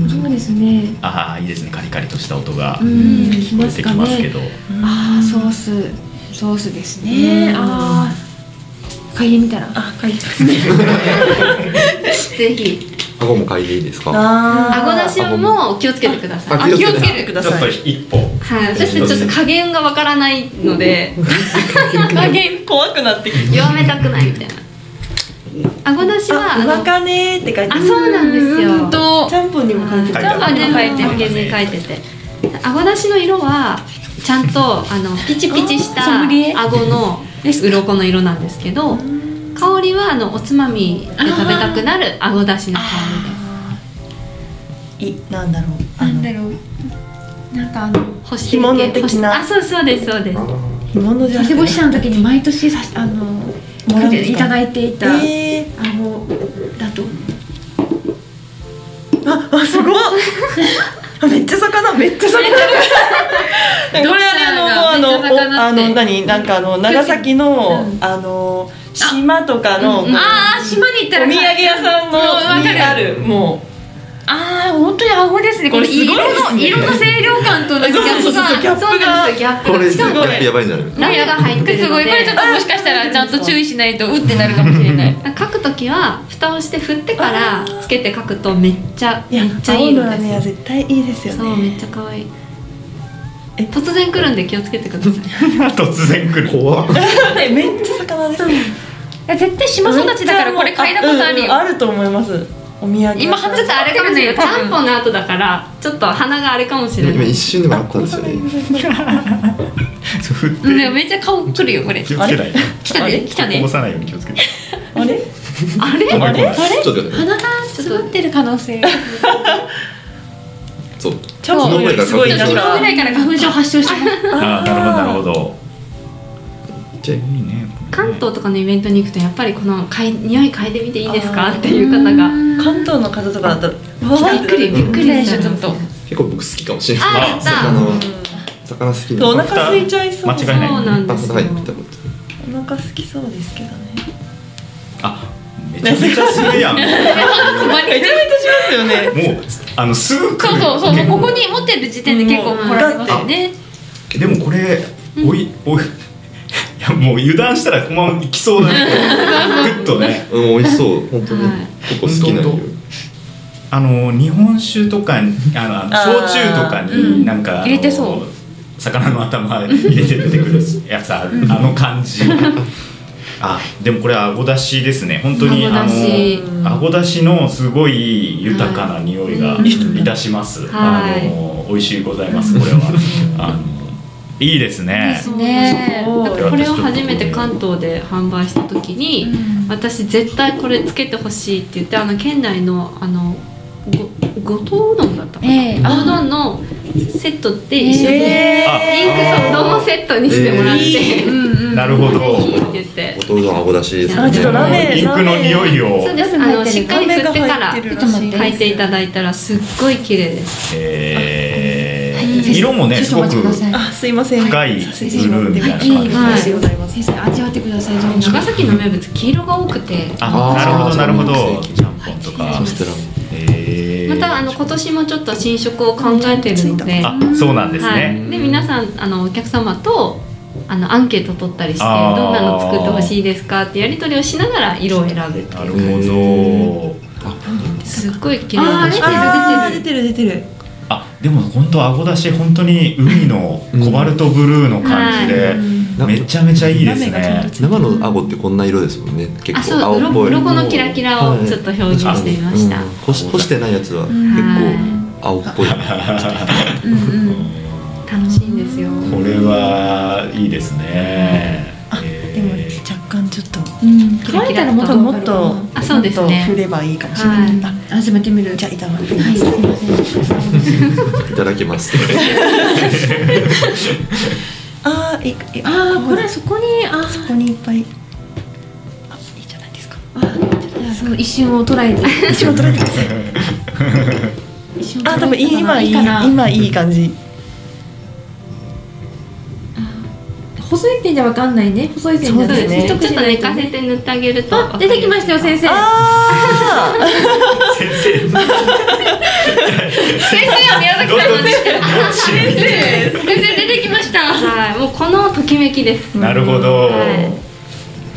Speaker 2: そうですね
Speaker 1: ああいいですねカリカリとした音が
Speaker 2: うんき
Speaker 1: 聞こ
Speaker 2: ま
Speaker 1: え
Speaker 2: す
Speaker 1: て
Speaker 2: か
Speaker 1: きますけ
Speaker 2: ね
Speaker 1: ど、
Speaker 2: ああソースソースですねああ嗅いでみたら
Speaker 4: あ嗅いで
Speaker 5: ぜひ
Speaker 6: 顎も嗅いでいいですか
Speaker 4: あー
Speaker 5: 顎出しも気をつけてください
Speaker 6: あ気をつけ
Speaker 4: てくだ
Speaker 1: ちょっ
Speaker 4: さ
Speaker 1: と
Speaker 4: い
Speaker 1: 一歩
Speaker 5: はい私たちちょっと加減がわからない ので
Speaker 4: 加減怖くなってきて
Speaker 5: 弱めたくないみたいな顎出しは
Speaker 4: あ
Speaker 5: あの
Speaker 4: おかねーって書いて
Speaker 5: あそうなんですよ
Speaker 2: うんと
Speaker 4: ちゃんぽんにも書いて
Speaker 1: は
Speaker 4: る
Speaker 1: い
Speaker 5: ジャンパーで書いてパッケージに書いてて顎出しの色はちゃんとあのピチピチし
Speaker 2: あソ
Speaker 5: た
Speaker 2: ムリエ
Speaker 5: 顎の鱗の色なんですけど香りはあのおつまみで食べたくなる顎出しの香りです
Speaker 4: いなんだろうあ
Speaker 2: なん
Speaker 4: の
Speaker 2: だろうなんかあの
Speaker 5: 干して
Speaker 4: 干
Speaker 5: る系
Speaker 4: 物的な
Speaker 5: 干しあそうそうですそうです
Speaker 4: 干物じゃ
Speaker 2: 佐
Speaker 4: なくて
Speaker 2: 世保支社の時に毎年さあの
Speaker 4: もらうんですか
Speaker 2: いただいていた
Speaker 4: えー
Speaker 2: 顎だと
Speaker 4: ああすごいあめっちゃ魚めっちゃ魚これはねあのも
Speaker 2: めっ
Speaker 4: う
Speaker 2: ちゃ魚って
Speaker 4: あのおあの何なんかあの長崎のあの島とかのこう
Speaker 2: ああ島に行っ
Speaker 4: お土
Speaker 2: たら
Speaker 4: 産屋さん
Speaker 2: うんわか
Speaker 4: の
Speaker 2: る
Speaker 4: にあるも
Speaker 2: ああ本当に顎ですね
Speaker 4: これすごいですね
Speaker 2: 色の色の清涼感とのギャッ
Speaker 4: そう
Speaker 2: プ
Speaker 4: そうそう
Speaker 2: が
Speaker 4: ギャップが
Speaker 5: そうなんですよギャップ
Speaker 6: これ
Speaker 5: が
Speaker 6: や
Speaker 4: ごい
Speaker 6: っぱやばいんじゃない
Speaker 5: ライトが入ってる
Speaker 2: す
Speaker 5: の
Speaker 2: ごいこれちょっ
Speaker 5: で
Speaker 2: ともしかしたらちゃんと注意しないとうってなるかもしれない
Speaker 5: 書く時は蓋をして振ってからつけて書くとめっちゃ
Speaker 4: ういや
Speaker 5: めっちゃいい
Speaker 4: 青の
Speaker 5: のです
Speaker 4: 飴は絶対いいですよ
Speaker 5: そう
Speaker 4: ね
Speaker 5: めっちゃ可愛い
Speaker 4: え
Speaker 5: 突然来るんで気をつけ てください
Speaker 1: 突然来る
Speaker 6: 怖っ
Speaker 4: ねめっちゃ魚です
Speaker 2: いや絶対島育ちだからこれ嗅いだことある
Speaker 4: うんうんあ
Speaker 2: よ
Speaker 4: ると思いますお土産屋さん
Speaker 2: 今初
Speaker 5: ちょっとあれかもしれないちゃんぽんの後だからちょっと鼻があれかもしれな
Speaker 6: 今
Speaker 5: い
Speaker 6: 一瞬でもあったんですよね
Speaker 1: 振って
Speaker 2: うんでもめっちゃ顔くるよこれ
Speaker 1: 気をつけない
Speaker 2: 来たね来た
Speaker 1: こぼ
Speaker 2: ね
Speaker 1: さないように気をつけて
Speaker 4: あれ
Speaker 5: あれ
Speaker 1: あんまり来ない
Speaker 6: ちょっと待ってください
Speaker 2: 鼻が詰まってる可能性
Speaker 6: そう
Speaker 4: ちゃんぽんよりすごいなん
Speaker 2: 昨日ぐ
Speaker 4: から
Speaker 2: いから花粉症発症しました
Speaker 1: ああなるほどなるほ
Speaker 6: じゃ
Speaker 1: どいいね
Speaker 5: 関東とかのイベントに行くとやっぱりこのかい匂い嗅いでみていいですかっていう方が
Speaker 4: 関東の方とかだったら
Speaker 5: びっくりびっくりでしょちょっと
Speaker 6: 結構僕好きかもしれない
Speaker 5: あや
Speaker 1: あ
Speaker 5: っ
Speaker 6: 魚
Speaker 5: た
Speaker 6: は魚好き
Speaker 4: お
Speaker 6: な
Speaker 4: 腹空いちゃいそう
Speaker 1: 間違い
Speaker 5: そ
Speaker 1: な
Speaker 5: う
Speaker 1: い
Speaker 5: なんです
Speaker 6: あ
Speaker 5: よ
Speaker 6: はい見たこと
Speaker 4: お腹空きそうですけどね
Speaker 1: あめちゃめちゃするやんも
Speaker 4: めちゃめちゃしますよね
Speaker 1: うあのすぐ来
Speaker 2: そう
Speaker 1: る
Speaker 2: そうそうもうここに持ってる時点で結構来られますよね
Speaker 1: えでもこれおいおい いやもう油断したらこのままいきそうだねグッとね
Speaker 6: うん、美味しそう本当に、
Speaker 5: はい
Speaker 6: 結構好きなんよ
Speaker 1: 本あの日本酒とかにあのあの
Speaker 4: あー
Speaker 1: 焼酎とか
Speaker 2: う
Speaker 1: に
Speaker 2: ん
Speaker 1: なんか、あの
Speaker 2: 入れてそう
Speaker 1: 魚の頭入れて出てくるやつあるあの感じあでもこれあごだしですね本当にあ
Speaker 5: あごだし
Speaker 1: のあごだしのすごい豊かな匂いが
Speaker 5: はい
Speaker 1: いたします、
Speaker 5: はい
Speaker 1: あの美味しいございますこれはあのいいですね
Speaker 5: そう
Speaker 2: ねえ
Speaker 5: なんかこれを初めて関東で販売した時に、私絶対これつけてほしいって言ってあの県内のあのごご当うどんだったかな、
Speaker 2: ええあ
Speaker 5: おうどんのセットで一緒に、
Speaker 1: あ
Speaker 5: インクとうどんをセットにしてもらって、 うんうん
Speaker 1: なるほど
Speaker 5: いいって言って
Speaker 6: お父さんあごだしです
Speaker 4: あちょっとラーメン
Speaker 1: インクの匂いを
Speaker 5: そうですあのしっかり振ってから
Speaker 4: 豆が入ってる
Speaker 2: ちょっと待って
Speaker 5: 書いていただいたらすっごい綺麗です
Speaker 1: え
Speaker 2: はい
Speaker 1: ー、色もねすごく
Speaker 2: 少々お待ちくださ
Speaker 4: あすいません
Speaker 1: 深いブル
Speaker 4: 失礼しま
Speaker 1: ーみたいな感じ
Speaker 2: はい
Speaker 5: はい
Speaker 4: でございます
Speaker 2: 先生味わってください上手
Speaker 5: 長崎の名物黄色が多くて
Speaker 1: あ
Speaker 6: あー
Speaker 1: なるほどなるほど
Speaker 6: そう
Speaker 1: ちゃんぽんとか
Speaker 6: そしてラーメン
Speaker 1: えー
Speaker 5: またあの今年もちょっと新色を考えてるので
Speaker 1: あそうなんです
Speaker 5: は
Speaker 1: ね、
Speaker 5: い、で皆さんあのお客様とあのアンケート取ったりしてど
Speaker 1: あー
Speaker 5: んなの作ってほしいですかってやり取りをしながら色を選ぶっていう
Speaker 1: なるほど
Speaker 5: すっごい綺
Speaker 4: あ
Speaker 5: 麗です
Speaker 4: ー出てる出てる出てる
Speaker 1: あでも本当あごだし本当に海のコバルトブルーの感じで、
Speaker 6: うん
Speaker 1: めちゃめちゃいいです
Speaker 4: ラーメンがちゃん
Speaker 1: ね
Speaker 4: と
Speaker 6: 生のあごってこんな色ですもんね
Speaker 5: あ
Speaker 6: 結
Speaker 5: そう
Speaker 6: 構青っぽい
Speaker 5: 鱗鱗のキラキラをちょっと表現してみました
Speaker 6: はいうん干し干してないやつは
Speaker 5: は
Speaker 6: 結構青っぽい
Speaker 2: うんうん
Speaker 5: 楽しいんですよ
Speaker 1: これはいいですね、
Speaker 4: でも
Speaker 1: えー
Speaker 4: 若干ちょっと
Speaker 2: うん
Speaker 5: キラ
Speaker 2: 乾
Speaker 5: キラと
Speaker 2: いたらも
Speaker 4: も
Speaker 2: っ
Speaker 4: っ
Speaker 2: と
Speaker 4: と
Speaker 2: わかる
Speaker 5: あそうですね
Speaker 4: もっと振ればいいかもしれない、
Speaker 5: は
Speaker 2: かな味わってみる
Speaker 4: じゃあいただき
Speaker 2: はいすいません
Speaker 6: いただきます
Speaker 4: あーいい
Speaker 2: ああこれそこにあ
Speaker 4: そ
Speaker 2: ー
Speaker 4: こにいっぱいあいいじゃないですか
Speaker 2: あーその一瞬を捉えて
Speaker 4: 一番取られてください
Speaker 2: 一瞬を捉え
Speaker 4: あ
Speaker 2: た
Speaker 4: ー多分いい
Speaker 2: かな
Speaker 4: 今いい
Speaker 2: かな
Speaker 4: 今いい感じ
Speaker 2: 細いペンじゃわかんないね細いペンじゃ
Speaker 5: そうですねち
Speaker 2: ち
Speaker 5: ょ
Speaker 2: ょ
Speaker 5: っ
Speaker 2: っ
Speaker 5: と
Speaker 2: と
Speaker 5: 寝
Speaker 2: 寝
Speaker 5: か
Speaker 2: か
Speaker 5: せ
Speaker 2: せ
Speaker 5: て塗ってあげると
Speaker 2: あ出てきましたよ先生
Speaker 4: ああ
Speaker 1: 先生
Speaker 5: 先生は宮崎さんの先生先生出てきましたはいもうこのときめきです
Speaker 1: なるほど、
Speaker 5: は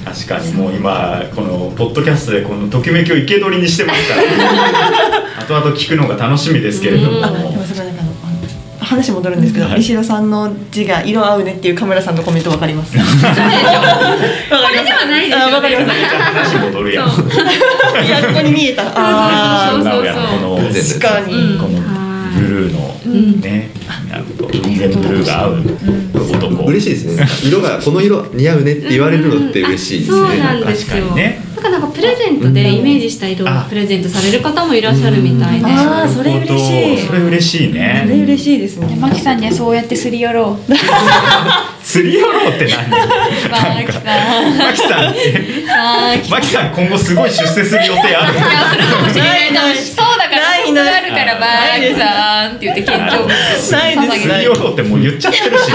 Speaker 1: 確かにもう今このポッドキャストでこのときめきを生け捕りにしてますから後々聞くのが楽しみですけれども
Speaker 4: あでもすごいなんかあのあ話戻るんですけど、
Speaker 1: はい
Speaker 4: 石田さんの字が色合うねっていうカメラさんのコメントわかり ます。わか
Speaker 5: これではないでしょ
Speaker 4: あわかります。
Speaker 1: 話戻るやん
Speaker 5: そう
Speaker 4: いやここに見えた。あ
Speaker 5: そうそう
Speaker 4: あ
Speaker 1: 名古屋のこの
Speaker 6: そうそう
Speaker 4: 確かに。
Speaker 1: このブルーの
Speaker 5: ん
Speaker 1: ね、なんかこう全然ブルーが合う男
Speaker 6: 嬉しいですね色がこの色似合うねって言われるのって嬉しいですね
Speaker 5: そうなんです
Speaker 1: 確か
Speaker 5: よ
Speaker 1: にね
Speaker 5: だからなんかプレゼントでイメージした色をプレゼントされる方もいらっしゃるみたいで
Speaker 4: あーそれ嬉しい
Speaker 1: それ嬉しい
Speaker 4: それ
Speaker 1: ね
Speaker 4: 嬉しいですね。
Speaker 2: マキさんにはそうやってすり寄ろ う
Speaker 1: 釣り寄ろうって 何なんかマキさんってマキさん今後すごい出世する予定ある
Speaker 8: そうだから
Speaker 4: ないな
Speaker 8: があるからバーキさんって言って結局
Speaker 4: ないです
Speaker 1: 釣り寄ろうってもう言っちゃってる し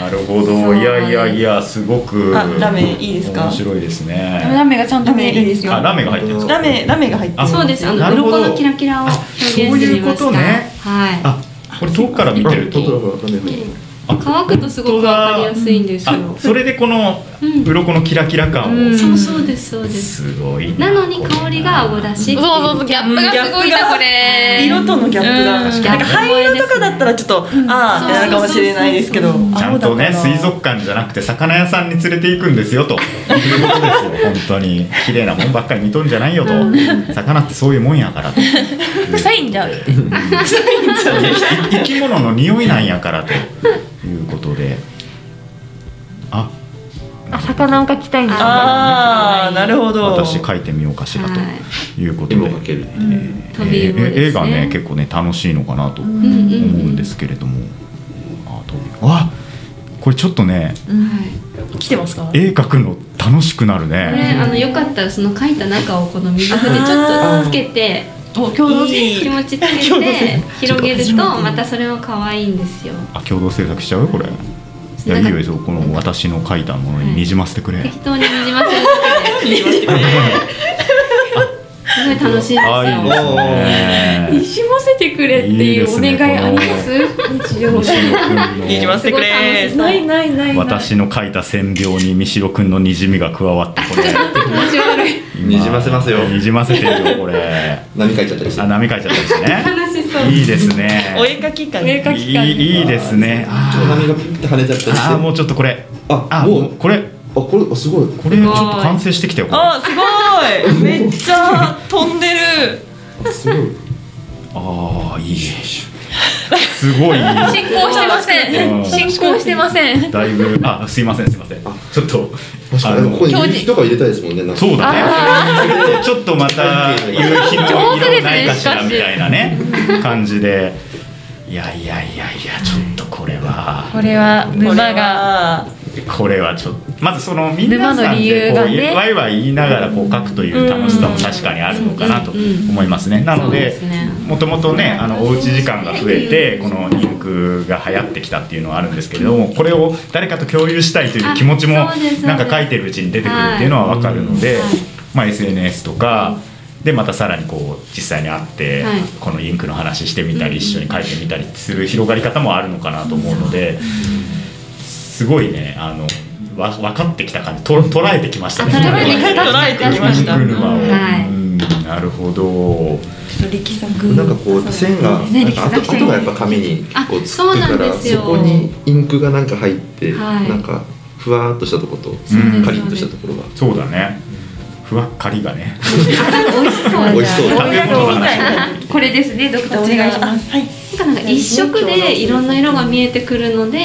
Speaker 1: なるほどいやいやいやすごく
Speaker 4: あラーメンいいですか
Speaker 1: 面白いです
Speaker 2: ラ
Speaker 1: ね
Speaker 2: メがちゃんと見えるんですよ
Speaker 1: あラーメンが入ってるんですか
Speaker 4: ラメラメが入ってる。
Speaker 1: あ
Speaker 5: そうですあ
Speaker 1: な
Speaker 5: の
Speaker 1: るほど
Speaker 5: 鱗のキラキラを表現してみ
Speaker 1: あそ
Speaker 5: ま
Speaker 1: ういうこと
Speaker 5: した
Speaker 1: ね
Speaker 5: はい
Speaker 1: あこれ遠くから見てると
Speaker 5: 乾くとすごくわかりやすいんですよ
Speaker 1: あそれでこの
Speaker 5: うん
Speaker 1: 鱗のキラキラ感を、
Speaker 5: うんそうそうですそうです
Speaker 1: すごい
Speaker 5: なのに香りがあごだしってい
Speaker 8: そうそうそうギャップがすごいなこれ
Speaker 4: 色とのギャップ
Speaker 8: う
Speaker 4: が
Speaker 8: ん
Speaker 4: 確かになんか灰色とかだったらちょっと、ああってなるかもしれないですけど
Speaker 5: そうそう
Speaker 1: ちゃんとね
Speaker 4: 青だから
Speaker 1: 水族館じゃなくて魚屋さんに連れて行くんですよということですよ本当に綺麗なもんばっかり見とんじゃないよと魚ってそういうもんやからと
Speaker 8: 臭いんじゃんって
Speaker 1: 生き物の匂いなんやからということであ
Speaker 2: 魚を描きたいんだ
Speaker 4: ああなるほど
Speaker 1: 私書いてみようかしら
Speaker 5: は
Speaker 1: ということで、
Speaker 6: 今かける
Speaker 1: えー
Speaker 5: 飛び芋ですね
Speaker 1: え映画ね結構ね楽しいのかなと思
Speaker 5: いうんうん
Speaker 1: うんですけれども、あ飛びあこれちょっとね
Speaker 5: はい
Speaker 4: 来てますか
Speaker 1: 絵描くの楽しくなる
Speaker 5: こ
Speaker 1: ね
Speaker 5: れあのよかったらその書いた中をこの水筆ちょっとつけて
Speaker 4: いい
Speaker 5: 気持ちつけ
Speaker 4: 共同
Speaker 5: て
Speaker 4: 制
Speaker 5: 広げるとまたそれも可愛いんですよ
Speaker 1: あ共同制作しちゃうこれいやいいよいいよこの私の書いたものににじませてくれ、
Speaker 5: 適当ににじませるだけですごい楽しいですよ
Speaker 1: あいいですね
Speaker 2: にじませ
Speaker 8: てくれっていうお願いあります日常
Speaker 1: 西野君の
Speaker 4: いじませてくれ
Speaker 8: すごい楽しそうないないないない
Speaker 1: 私の書いた線描に三代くんのにじみが加わってこれ
Speaker 8: 気持ち悪い
Speaker 1: 今
Speaker 6: にじませますよ
Speaker 1: にじませてるよこれ
Speaker 6: 波書いちゃったりして
Speaker 1: あ波書いちゃったりしてね
Speaker 5: 悲しそう
Speaker 1: いいですね
Speaker 4: お絵描き感
Speaker 8: お絵描き
Speaker 1: いいいいですね
Speaker 6: ちょっと
Speaker 1: あ
Speaker 6: 波がピュって跳ねちゃった
Speaker 1: ー
Speaker 6: りして
Speaker 1: あーもうちょっとこれ
Speaker 6: あ
Speaker 1: あ
Speaker 6: も
Speaker 1: も
Speaker 6: う
Speaker 1: うこれ
Speaker 6: あこれあすごい
Speaker 1: これちょっと完成してきたよこれあ
Speaker 4: あーすごいめっちゃ飛んでる
Speaker 6: あすごい
Speaker 1: あーいいすごいいい
Speaker 8: 進行してませ
Speaker 1: うん
Speaker 8: ん進行してません
Speaker 1: だいぶあすいませんすいませんちょっと
Speaker 6: 確かにでもここに夕日とか入れたいですもんねなんか
Speaker 1: そうだねちょっとまた夕日の色ないかしらみたいなね感じでいやいやいやいやちょっとこれは
Speaker 2: これは沼が
Speaker 4: が
Speaker 1: これはちょっとまずそのみんなさんでこう
Speaker 2: 沼の理由がね
Speaker 1: ワイワイ言いながらこう書くという楽しさも確かにあるのかなと思いますねなので
Speaker 5: そうですね
Speaker 1: もともとねあのおうち時間が増えてこのインクが流行ってきたっていうのはあるんですけれどもこれを誰かと共有したいという気持ちも
Speaker 5: あそうです
Speaker 1: なんか書いてるうちに出てくるっていうのは分かるので
Speaker 5: はい、
Speaker 1: まあ、SNS とかでまたさらにこう実際に会って
Speaker 5: はい
Speaker 1: このインクの話してみたり一緒に書いてみたりする広がり方もあるのかなと思うのですごいねあのわ分かってきた感じと捉えてきましたね。
Speaker 5: あ捉えてき た
Speaker 4: 捉えてきました
Speaker 1: インク沼を
Speaker 5: はい
Speaker 1: うんなるほど
Speaker 9: 力作
Speaker 6: なんかこう線が
Speaker 2: ね
Speaker 6: なんか
Speaker 2: 力
Speaker 6: 跡
Speaker 2: 作
Speaker 6: 跡がやっぱ紙に
Speaker 5: あ
Speaker 6: こうつく
Speaker 5: そう
Speaker 6: か
Speaker 5: なん
Speaker 6: ら
Speaker 5: ですよ
Speaker 6: そこにインクがなんか入って
Speaker 5: はい
Speaker 6: なんかふわーっとしたとこと
Speaker 1: うん
Speaker 6: カリッとしたところが
Speaker 1: そうだね。ふわっかりがね。
Speaker 5: 美味しそう
Speaker 6: 美味しそう
Speaker 1: 食 べ物の話
Speaker 2: これですねドクターお願いします
Speaker 5: なんか一色でいろんな色が見えてくるので、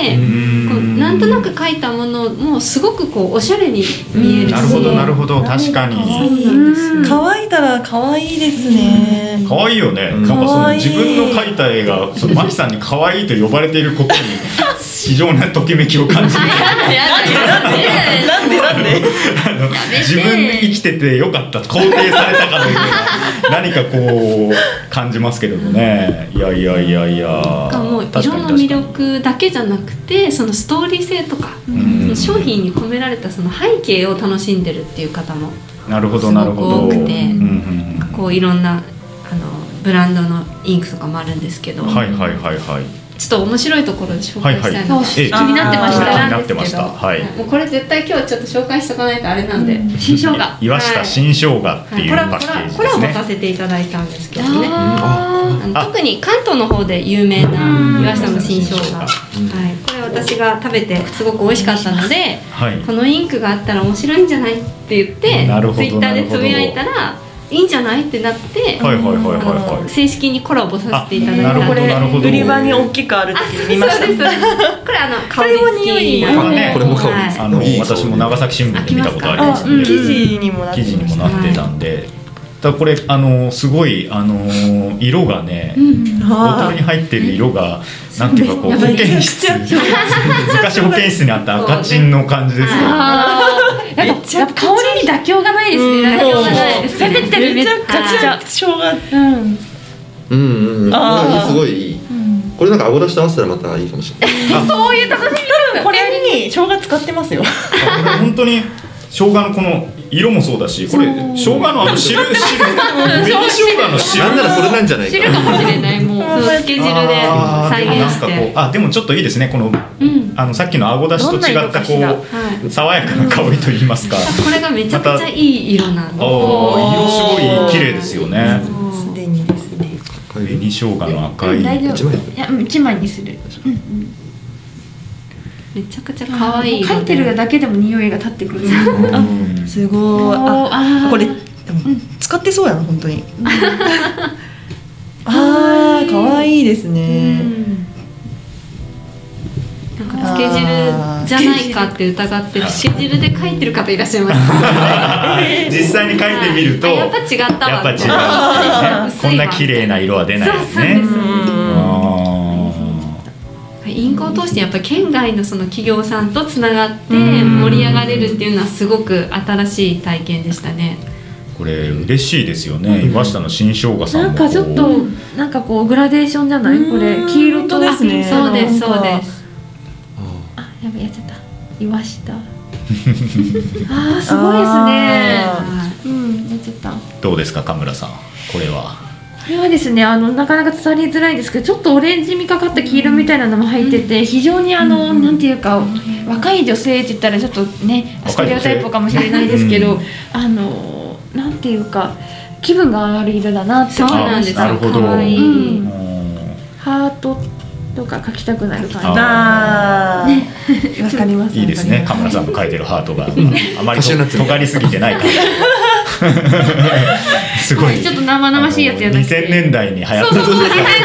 Speaker 5: こうなんとなく描いたものもすごくこうおしゃれに見えるし、
Speaker 1: なるほどなるほど確かに。
Speaker 4: 乾いたら可愛いですね
Speaker 1: 可愛いよね。なんかそ
Speaker 4: 可
Speaker 1: の
Speaker 4: 愛い
Speaker 1: 自分の描いた絵がそのマキさんに可愛いと呼ばれていることに 非常なときめきを感じる。
Speaker 4: なんでなんで
Speaker 1: あの自分で生きててよかった肯定されたかというような何かこう感じますけどもね。いやいやいやいや。
Speaker 5: なんかもう
Speaker 1: 確
Speaker 5: 色
Speaker 1: かに確
Speaker 5: の魅
Speaker 1: かに。
Speaker 5: 力だけじゃなくてそのストーリー性とか、
Speaker 1: ん
Speaker 5: その商品に込められたその背景を楽しんでるっていう方も
Speaker 1: なるほどなるほど。
Speaker 5: すごく多くて
Speaker 1: うんうん
Speaker 5: こういろんなあのブランドのインクとかもあるんですけど、
Speaker 1: うん。はいはいはいはい。
Speaker 5: ちょっと面白いところで紹
Speaker 1: は
Speaker 5: 介
Speaker 1: い
Speaker 5: した
Speaker 1: はい。
Speaker 5: いのが、
Speaker 1: ええ
Speaker 2: 気になってました
Speaker 1: 気にな
Speaker 5: な
Speaker 1: ってました。はい。
Speaker 5: もうこれ絶対今日ちょっと紹介しとかないとあれなんで、新生姜
Speaker 1: 岩下新生姜って
Speaker 5: はい
Speaker 1: いう
Speaker 5: これ
Speaker 1: パッ
Speaker 5: は
Speaker 1: ケージで
Speaker 5: これ
Speaker 1: す
Speaker 5: は持た
Speaker 1: ね。
Speaker 5: せていただいたんですけどね
Speaker 2: あ
Speaker 5: あの特に関東の方で有名な岩下の新生姜、はい、これ私が食べてすごく美味しかったので
Speaker 1: はい。
Speaker 5: このインクがあったら面白いんじゃないって言って
Speaker 1: なるほど
Speaker 5: ツイッターでつぶやいたらいいんじゃないってなって、
Speaker 1: はいはいはいはい
Speaker 5: あの
Speaker 1: は
Speaker 5: 正式にコラボさせていただい
Speaker 1: な
Speaker 5: た
Speaker 1: るほ
Speaker 4: こ
Speaker 1: どなるほど
Speaker 4: れ売り場に大きくある
Speaker 5: あ
Speaker 4: 時
Speaker 5: そう
Speaker 4: 見ま
Speaker 5: です
Speaker 4: し
Speaker 5: そ
Speaker 4: た
Speaker 5: うですこれあの香り付き
Speaker 4: これも匂い
Speaker 1: い。
Speaker 5: は
Speaker 1: ね
Speaker 6: これも香り
Speaker 5: はい
Speaker 1: あの
Speaker 6: いい香り
Speaker 1: 私も長崎新聞で見たことあります
Speaker 4: 生
Speaker 1: ね。
Speaker 4: 地にもなって
Speaker 1: 記
Speaker 4: ま
Speaker 1: 事
Speaker 4: し
Speaker 1: にもなってたんで。だからこれあのすごいあの色がね、ボトルに入ってる色がなんていうかこう保健室 昔保健室にあった赤チンの感じですよ。
Speaker 2: あーなんかやっぱ香りに妥協がないですね
Speaker 4: うん
Speaker 2: 妥協がない攻めてる
Speaker 4: め
Speaker 2: めっ
Speaker 4: ち
Speaker 2: ち
Speaker 4: ゃくちゃ
Speaker 2: ゃ
Speaker 4: 生姜
Speaker 2: うん
Speaker 6: うんうんうん
Speaker 4: あー
Speaker 6: すごいいいこれなんか顎出しと合わせたらまたいいかもしれない
Speaker 2: そういう楽しみ
Speaker 4: これに生姜使ってますよ
Speaker 1: あこれ本当に生姜のこの色もそうだしこれ生姜のあの汁汁紅生姜の汁
Speaker 6: なんならそれなんじゃない
Speaker 5: 知る
Speaker 6: か
Speaker 5: かもしれないもうそうつけ汁で
Speaker 1: あー
Speaker 5: 再現し
Speaker 1: でもなんかこ
Speaker 5: て
Speaker 1: うあでもちょっといいですねこの
Speaker 5: うん
Speaker 1: あのさっきのあごだしと違ったこ
Speaker 2: どんな
Speaker 1: う
Speaker 2: 色
Speaker 5: はい
Speaker 1: 爽やかな香りといいますか
Speaker 5: これがめちゃくちゃいい色なん
Speaker 1: あ
Speaker 5: で
Speaker 1: ー色すごい綺麗ですよね
Speaker 5: す
Speaker 4: すでにですね
Speaker 1: 紅生姜の赤
Speaker 2: うん大
Speaker 1: い
Speaker 2: 丈
Speaker 6: 一枚
Speaker 2: 夫いやうん一枚にする
Speaker 5: めちゃくちゃ可愛い
Speaker 2: 書いてるだけでも匂いが立ってくる
Speaker 1: うん
Speaker 4: すごいあ
Speaker 2: あー
Speaker 4: これでも使ってそうやな本当にあー可愛いです
Speaker 5: うん
Speaker 4: ね
Speaker 5: なんかつけ汁じゃないかって疑ってつけ汁で書いてる方いらっしゃいます
Speaker 1: 実際 に書いてみると
Speaker 5: あやっぱ違ったわ
Speaker 1: やっぱ違う
Speaker 5: あー
Speaker 1: ね こんな綺麗な色は出ないですね
Speaker 5: そうそうです
Speaker 1: あ
Speaker 5: インクを通してやっぱり県外のその企業さんとつながって
Speaker 1: ん
Speaker 5: 盛り上がれるっていうのはすごく新しい体験でしたね
Speaker 1: ーこれ嬉しいですよね岩下の新生姜さん
Speaker 2: な
Speaker 1: も
Speaker 2: んかちょっとなんかこうグラデーションじゃないこれ黄色と
Speaker 4: 本当ですね
Speaker 5: そうですそう
Speaker 4: なん
Speaker 5: で
Speaker 4: か
Speaker 5: す
Speaker 2: あやべやっちゃった 岩下あーすごいですね
Speaker 4: あ
Speaker 5: はい
Speaker 2: うんやっちゃった
Speaker 1: どうですか神村さんこれは
Speaker 2: れはですねあのなかなか伝わりづらいですけどちょっとオレンジみかかった黄色みたいなのも入ってて、非常にあの、なんていうか若い女性って言ったらちょっとねス
Speaker 1: 若
Speaker 2: テ
Speaker 1: い
Speaker 2: レオ
Speaker 1: 女性
Speaker 2: タイプかもしれないですけど、
Speaker 1: うん
Speaker 2: あのなんていうか気分が上がる色だなって
Speaker 5: そうなんですよ。
Speaker 1: あなるほど
Speaker 5: 可愛
Speaker 2: う
Speaker 5: い。
Speaker 2: ん
Speaker 1: うん
Speaker 2: ハートとか描きたくなる感じ
Speaker 1: あ
Speaker 4: あーわかります
Speaker 1: いいですねカムラさんの描いてるハー トがあまりと
Speaker 6: カシューナッツみたい
Speaker 1: 尖りすぎてない感じ すごい
Speaker 2: ちょっと生々しいやつやなくて
Speaker 1: 2000年代に流行っ
Speaker 8: そう
Speaker 1: た
Speaker 8: そうそう初めて先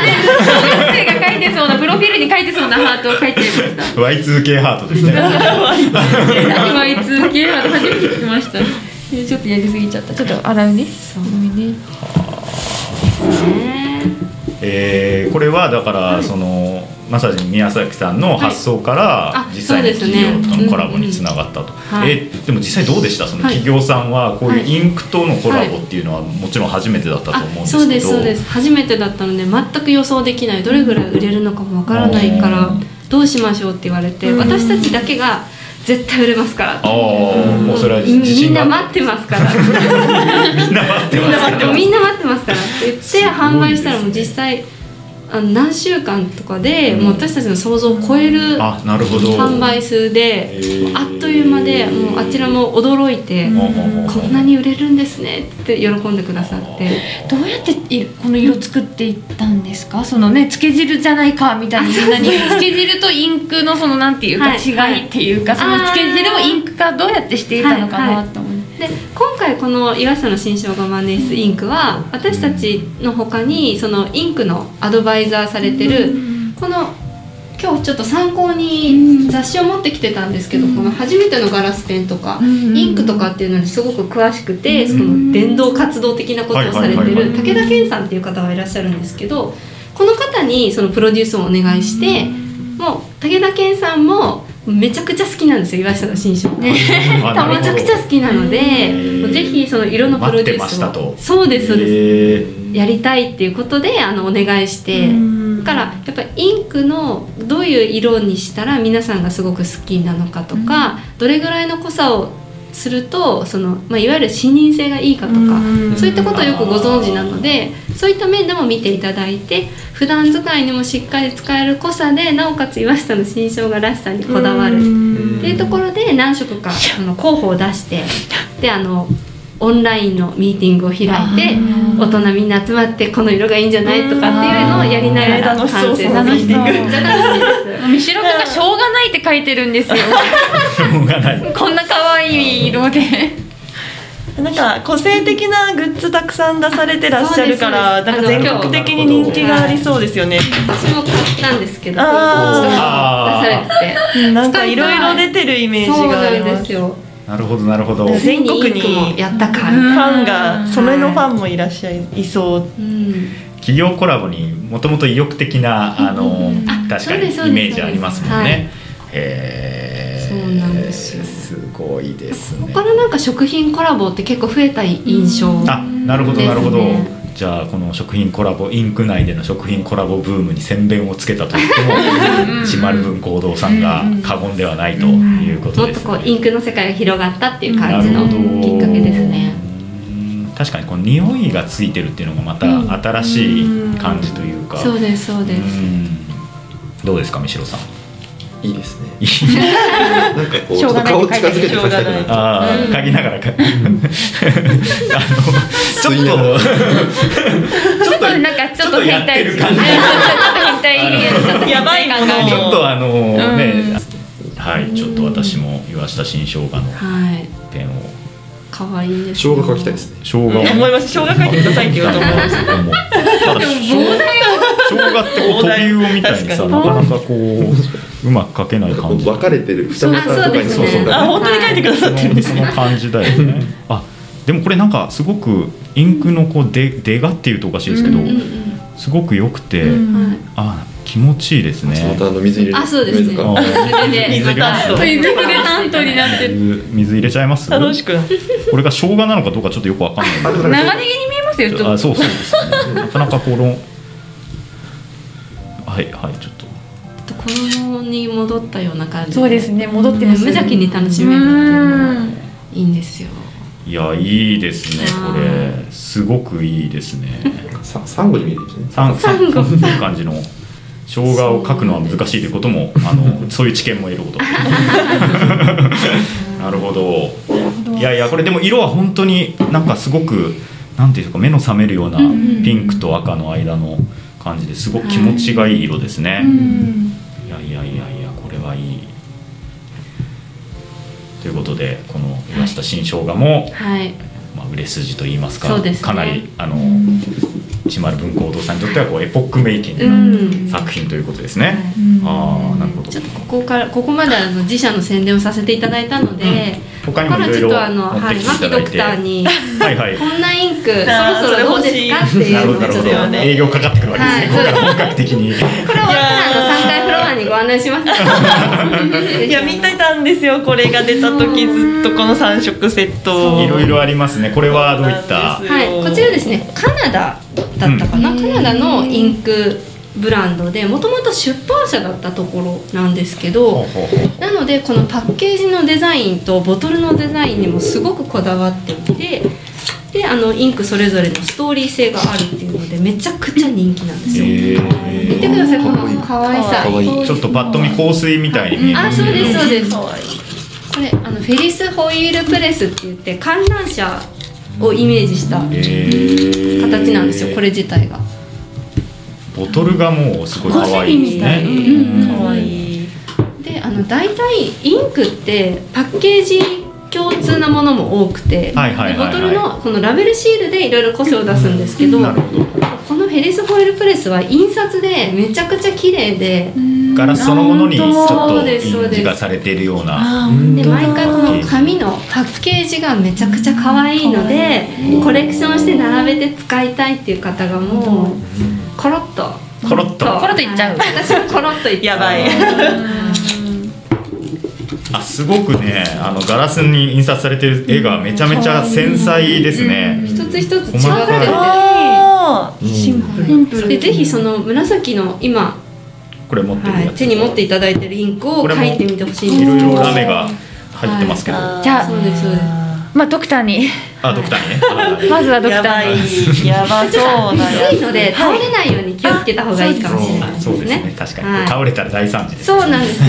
Speaker 8: 生が書いてそうなプロフィールに書いてそうなハートを書いてました
Speaker 1: Y2K ハート ですね
Speaker 8: Y2K は初めて聞きましたえちょっとやりすぎちゃった
Speaker 2: ちょっと洗うねそうね
Speaker 1: えーこれはだからそのまさに宮崎さんの発想から
Speaker 5: あ
Speaker 1: 実際に
Speaker 5: そうで
Speaker 1: 企
Speaker 5: す
Speaker 1: 業
Speaker 5: ね
Speaker 1: とのコラボにつながったと、
Speaker 5: うんうん
Speaker 1: えーでも実際どうでしたその
Speaker 5: はい
Speaker 1: 企業さんはこう
Speaker 5: はいいう
Speaker 1: インクとのコラボっていうのはもちろん初めてだったと思うんで
Speaker 5: あ、
Speaker 1: すけ
Speaker 5: そ
Speaker 1: ど
Speaker 5: うですそうです。初めてだったので全く予想できない。どれぐらい売れるのかもわからないか
Speaker 1: う
Speaker 5: ら
Speaker 1: ん
Speaker 5: どうしましょうって言われて、私たちだけが絶対売れますか
Speaker 1: あ
Speaker 5: ら。
Speaker 1: あもうそれは自
Speaker 5: みみ
Speaker 1: 信
Speaker 5: ん
Speaker 1: が
Speaker 5: な
Speaker 1: あ
Speaker 5: 待ってますから
Speaker 1: みんな待って
Speaker 5: みん
Speaker 1: ま
Speaker 5: な
Speaker 1: す
Speaker 5: 待ってますみんな待ってますからって
Speaker 1: すごい
Speaker 5: 言って
Speaker 1: ですね
Speaker 5: 販売したらもう実際あの何週間とかで、もう私たちの想像を超える
Speaker 1: あなるほど
Speaker 5: 販売数で
Speaker 1: ー
Speaker 5: あっという間でもうあちらも驚いて、こんなに売れるんですねって喜んでくださって
Speaker 2: どうやっていこの色作っていったんですかそのねつけ汁じゃないかみたいなみんなにつけ汁とインクのそのなんていうか
Speaker 5: はいはい
Speaker 2: 違いっていうかその
Speaker 5: あー
Speaker 2: つけ汁をインク化どうやってしていたのかなと思って
Speaker 5: で今回この岩下の新生姜マネースインクは私たちの他にそのインクのアドバイザーされてるこの今日ちょっと参考に雑誌を持ってきてたんですけど、この初めてのガラスペンとか、
Speaker 2: うん
Speaker 5: インクとかっていうのにすごく詳しくて、その伝道活動的なことをされ
Speaker 1: は
Speaker 5: て
Speaker 1: いはいはい
Speaker 5: る
Speaker 1: はい
Speaker 5: 武田健さんっていう方がいらっしゃるんですけどこの方にそのプロデュースをお願いして、もう武田健さんもめちゃくちゃ好きなんですよ岩下の新書。
Speaker 1: あなるほど
Speaker 5: めちゃくちゃ好きなので
Speaker 1: ー
Speaker 5: もうぜひその色のプロ
Speaker 1: 待っ
Speaker 5: デュースを
Speaker 1: てましたと
Speaker 5: そうですそうです、
Speaker 1: へー
Speaker 5: やりたいっていうことであのお願いしてだからやっぱりインクのどういう色にしたら皆さんがすごく好きなのかとか、どれぐらいの濃さをするとその、まあ、いわゆる視認性がいいかとか、そういったことをよくご存知なのでそういった面でも見ていただいて普段使いにもしっかり使える濃さでなおかつ岩下の新生姜らしさにこだわるっていうところで何色かあの候補を出してであのオンラインのミーティングを開いて大人みんな集まってこの色がいいんじゃないとかっていうのをやりながら
Speaker 4: うん
Speaker 5: 完成させて
Speaker 4: 楽
Speaker 2: しそう
Speaker 5: めっちゃ楽しいです
Speaker 8: 見しろくがしょうがないって書いてるんですよ
Speaker 1: しょうがない
Speaker 8: こんな可愛い色で
Speaker 4: なんか個性的なグッズたくさん出されてらっしゃるから
Speaker 5: そ
Speaker 4: な
Speaker 5: うんです
Speaker 4: か全国的に人気がありそうですよね。
Speaker 5: 私も買ったんですけど出
Speaker 1: あ
Speaker 5: さ
Speaker 1: ー
Speaker 5: れてて
Speaker 4: うんなんかいろいろ出てるイメージ
Speaker 5: そう
Speaker 4: があ
Speaker 5: な
Speaker 4: り
Speaker 5: ん
Speaker 4: ま。
Speaker 5: ですすよ
Speaker 1: なるほどなるほど
Speaker 4: ぜ全国に
Speaker 5: ついインクもやったか
Speaker 4: フ
Speaker 5: みたいな
Speaker 4: ァンがそれのファンもいらっしゃいいそう。
Speaker 5: うん
Speaker 1: 企業コラボにもともと意欲的なあの
Speaker 5: あ
Speaker 1: 確か
Speaker 5: そうですそう
Speaker 1: にイメ
Speaker 5: です
Speaker 1: ージありますもん
Speaker 5: はい
Speaker 1: ね。へー
Speaker 5: そうなんですよ
Speaker 1: すごいですね。
Speaker 5: 他のなんか食品コラボって結構増えた印象
Speaker 1: あなるほどなるほど
Speaker 5: ですね。
Speaker 1: じゃあこの食品コラボインク内での食品コラボブームに宣伝をつけたと言って も島る文行動さんが過言ではないということ
Speaker 5: もっ
Speaker 1: で
Speaker 5: と
Speaker 1: す、ね。
Speaker 5: こうインクの世界が広がったっていう感じの
Speaker 1: なるほど
Speaker 5: きっかけですね。
Speaker 1: うん確かにこの匂いがついてるっていうのがまた新しい感じというか。
Speaker 5: そうですそうです。
Speaker 1: うんどうですか三代さん。
Speaker 6: いいですね なんかこうちょっと顔近づけて書きたくなる
Speaker 1: ああ、嗅ぎながらか。あの、ちょっとちょ
Speaker 6: 吸いながら、
Speaker 1: っと、
Speaker 8: なんかちょっと変態
Speaker 1: ちょっとやってる
Speaker 8: ちょっ
Speaker 1: 感じ
Speaker 8: と変態
Speaker 4: やばいものを
Speaker 1: ちょっとあの、ね、はい、ちょっと私も岩下新生姜の
Speaker 5: はい、
Speaker 1: ペンを。
Speaker 5: 可愛いいです、
Speaker 6: 生姜書きたいですね
Speaker 1: 生姜を。
Speaker 4: 思います。小学生くださいって言おうと思う。
Speaker 1: 思うただ生姜ってこう飛び魚みたいにさ
Speaker 4: 確
Speaker 1: なかなかこううまく描けない
Speaker 6: なんかこ
Speaker 1: 感
Speaker 6: う
Speaker 1: じ
Speaker 6: 分かれてる二股とかに
Speaker 5: そうですね
Speaker 4: あ本当に書いてくださってるんです
Speaker 1: その
Speaker 4: ね。
Speaker 1: 感じだよねあでもこれなんかすごくインクのこうで出がっていうとおかしいですけど、
Speaker 5: うんうん
Speaker 1: すごく良くて、
Speaker 5: うん。はい。
Speaker 1: あ気持ちいいですね
Speaker 6: またあの水入れる
Speaker 5: あそうですね
Speaker 1: あ
Speaker 6: 水か
Speaker 5: それで
Speaker 4: 水担当
Speaker 8: ということで担当になってる
Speaker 1: 水水入れちゃいます
Speaker 4: 楽しく。
Speaker 1: これが生姜なのかどうかちょっとよくわかんない
Speaker 6: あでもなん
Speaker 8: 長
Speaker 6: か
Speaker 8: ネギに見えますよちょっと
Speaker 1: あそうそうですねなかなかこのはいはいちょっと
Speaker 5: ちょっと子供に戻ったような感じ。
Speaker 2: そうですね戻って
Speaker 5: 無
Speaker 2: ます
Speaker 5: 邪気に楽しめるっていうのがいいんですよ。
Speaker 1: いやいいですねこれすごくいいです ね
Speaker 6: さサンゴに見えてるんですね
Speaker 1: サンサンゴっていう感じの生姜を描くのは難しいということもあのそういう知見も得る ことなるほどいやいやこれでも色は本当になんかすごくなんていうんですか目の覚めるようなピンクと赤の間の感じですごく気持ちがいい色ですね、いやいやいやいやこれはいいということでこの岩下新生姜も、
Speaker 5: はい
Speaker 1: まあ、売れ筋といいますか
Speaker 5: そうですね
Speaker 1: かなりあの石丸文庫堂さんにとってはこうエポックメイキン
Speaker 5: う
Speaker 1: グ
Speaker 5: ん
Speaker 1: な作品ということですね。ああなるほど
Speaker 5: ちょっとここからここまであの自社の宣伝をさせていただいたので、ここ
Speaker 1: 他に
Speaker 5: か
Speaker 1: もいろい
Speaker 5: らち
Speaker 1: ろ
Speaker 5: ょっとあの、
Speaker 1: 持っ
Speaker 5: は
Speaker 1: て
Speaker 5: い、
Speaker 1: き
Speaker 5: マ
Speaker 1: てい
Speaker 5: キ
Speaker 1: ただ
Speaker 5: ド
Speaker 1: い
Speaker 5: ク
Speaker 1: て。
Speaker 5: ターに
Speaker 1: はいはい。
Speaker 5: こんなインクそ
Speaker 4: あー
Speaker 5: ろそろどうですかって
Speaker 1: な
Speaker 5: いう
Speaker 1: るほ
Speaker 5: のを
Speaker 1: どなるほど
Speaker 5: ちょっとね
Speaker 1: 営業かかってくるわけですね。ここ
Speaker 5: は
Speaker 1: か
Speaker 5: い
Speaker 1: ら本格的に。
Speaker 5: これ終わったらあの3階フロアにご案内します
Speaker 4: いや見てたんですよこれが出た時ずっとこの3色セットを
Speaker 1: いろいろありますね。これはどういった
Speaker 4: そうなんです
Speaker 5: はい、こちらですねカナダだったかな、カナダのインクブランドでもともと出版社だったところなんですけ
Speaker 1: ほ
Speaker 5: ど
Speaker 1: うほうほう
Speaker 5: なのでこのパッケージのデザインとボトルのデザインにもすごくこだわっていてであのインクそれぞれのストーリー性があるっていうのでめちゃくちゃ人気なんですよ、
Speaker 1: え
Speaker 5: 見てくださいこの可愛さ
Speaker 6: かわいい
Speaker 1: ーちょっとパッと見香水みたいに見える。
Speaker 5: あそうですそうです
Speaker 4: 可愛い
Speaker 5: これあのフェリスホイールプレスって言って観覧車をイメージした
Speaker 1: えー
Speaker 5: 形なんですよこれ自体が
Speaker 1: ボトルがもうすごい可愛いですね。
Speaker 5: うん
Speaker 4: 可愛い
Speaker 5: であの大体インクってパッケージ共通なものも多くて、
Speaker 1: はいはいはいはい
Speaker 5: でボトルのこのラベルシールでいろいろ個性を出すんですけど,、
Speaker 1: なるほど。
Speaker 5: このフェリスホイールプレスは印刷でめちゃくちゃ綺麗で,、
Speaker 1: ガラスそのものにちょっ
Speaker 5: そう
Speaker 1: と
Speaker 5: ですそう
Speaker 1: 印
Speaker 5: です
Speaker 1: 字がされているような。
Speaker 5: で毎回この紙のパッケージがめちゃくちゃ可愛いのでコレクションして並べて使いたいっていう方がもうコロッと
Speaker 1: コロッと
Speaker 8: コロッといっちゃう
Speaker 5: 私もコロッとい っちゃう
Speaker 4: やばい
Speaker 1: あすごくねあのガラスに印刷されてる絵がめちゃめちゃ繊細ですね。
Speaker 5: 一つ一つ違って
Speaker 1: 細かい
Speaker 4: あーシンプル
Speaker 5: てでぜひその紫の今、
Speaker 1: これ持ってる
Speaker 5: は
Speaker 1: や
Speaker 5: い
Speaker 1: つ。
Speaker 5: 手に持っていただいてるインクを書いてみてほしいん
Speaker 1: い
Speaker 5: です
Speaker 1: ろ
Speaker 5: け
Speaker 1: いろ
Speaker 5: ど
Speaker 1: ラメが入ってますけど。あ
Speaker 2: じゃあ
Speaker 5: そうですそうです
Speaker 2: まあドクターに
Speaker 1: ドクターにね はい。
Speaker 2: まずはドクタ
Speaker 4: やば
Speaker 2: ーに
Speaker 4: いやばそうなや
Speaker 5: 薄いので倒れないように気をつけた方がいいかもしれない
Speaker 1: あ
Speaker 5: です
Speaker 1: そうですね
Speaker 5: ね
Speaker 1: 確かに、
Speaker 5: はい
Speaker 1: 倒れたら大惨事です。
Speaker 5: そうなんです よ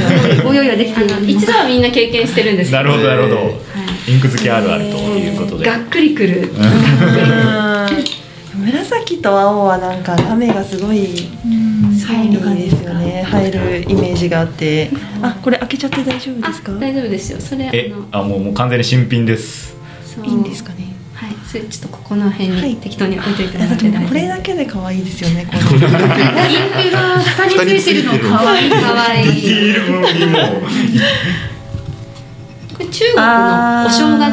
Speaker 5: ご用意はできたの一度はみんな経験してるんですけ
Speaker 1: なるほどなるほど、インク付けあるあると
Speaker 5: え
Speaker 1: いうこと
Speaker 5: ー
Speaker 1: で。
Speaker 5: がっくりくる
Speaker 4: つ紫と青はなんかラメがすごい入る感じですよね入るイメージがあってあこれ開けちゃって大丈夫
Speaker 5: あ
Speaker 4: ですか
Speaker 5: 大丈夫ですよそれ
Speaker 1: え
Speaker 5: あの
Speaker 1: あもうもう完全に新品です。
Speaker 5: そう
Speaker 4: いいんですかね
Speaker 5: はいそれちょっとここの辺
Speaker 4: はい
Speaker 5: に適当に置いといて
Speaker 4: い
Speaker 5: い
Speaker 4: や
Speaker 5: ただ
Speaker 4: だっ
Speaker 5: い
Speaker 4: てて
Speaker 5: 大丈夫
Speaker 4: ねこれだけで可愛いですよねこの
Speaker 8: インクが蓋についてるの可愛い
Speaker 5: かわい
Speaker 1: ディ
Speaker 5: い
Speaker 1: ールもにも
Speaker 5: これ中国のお正月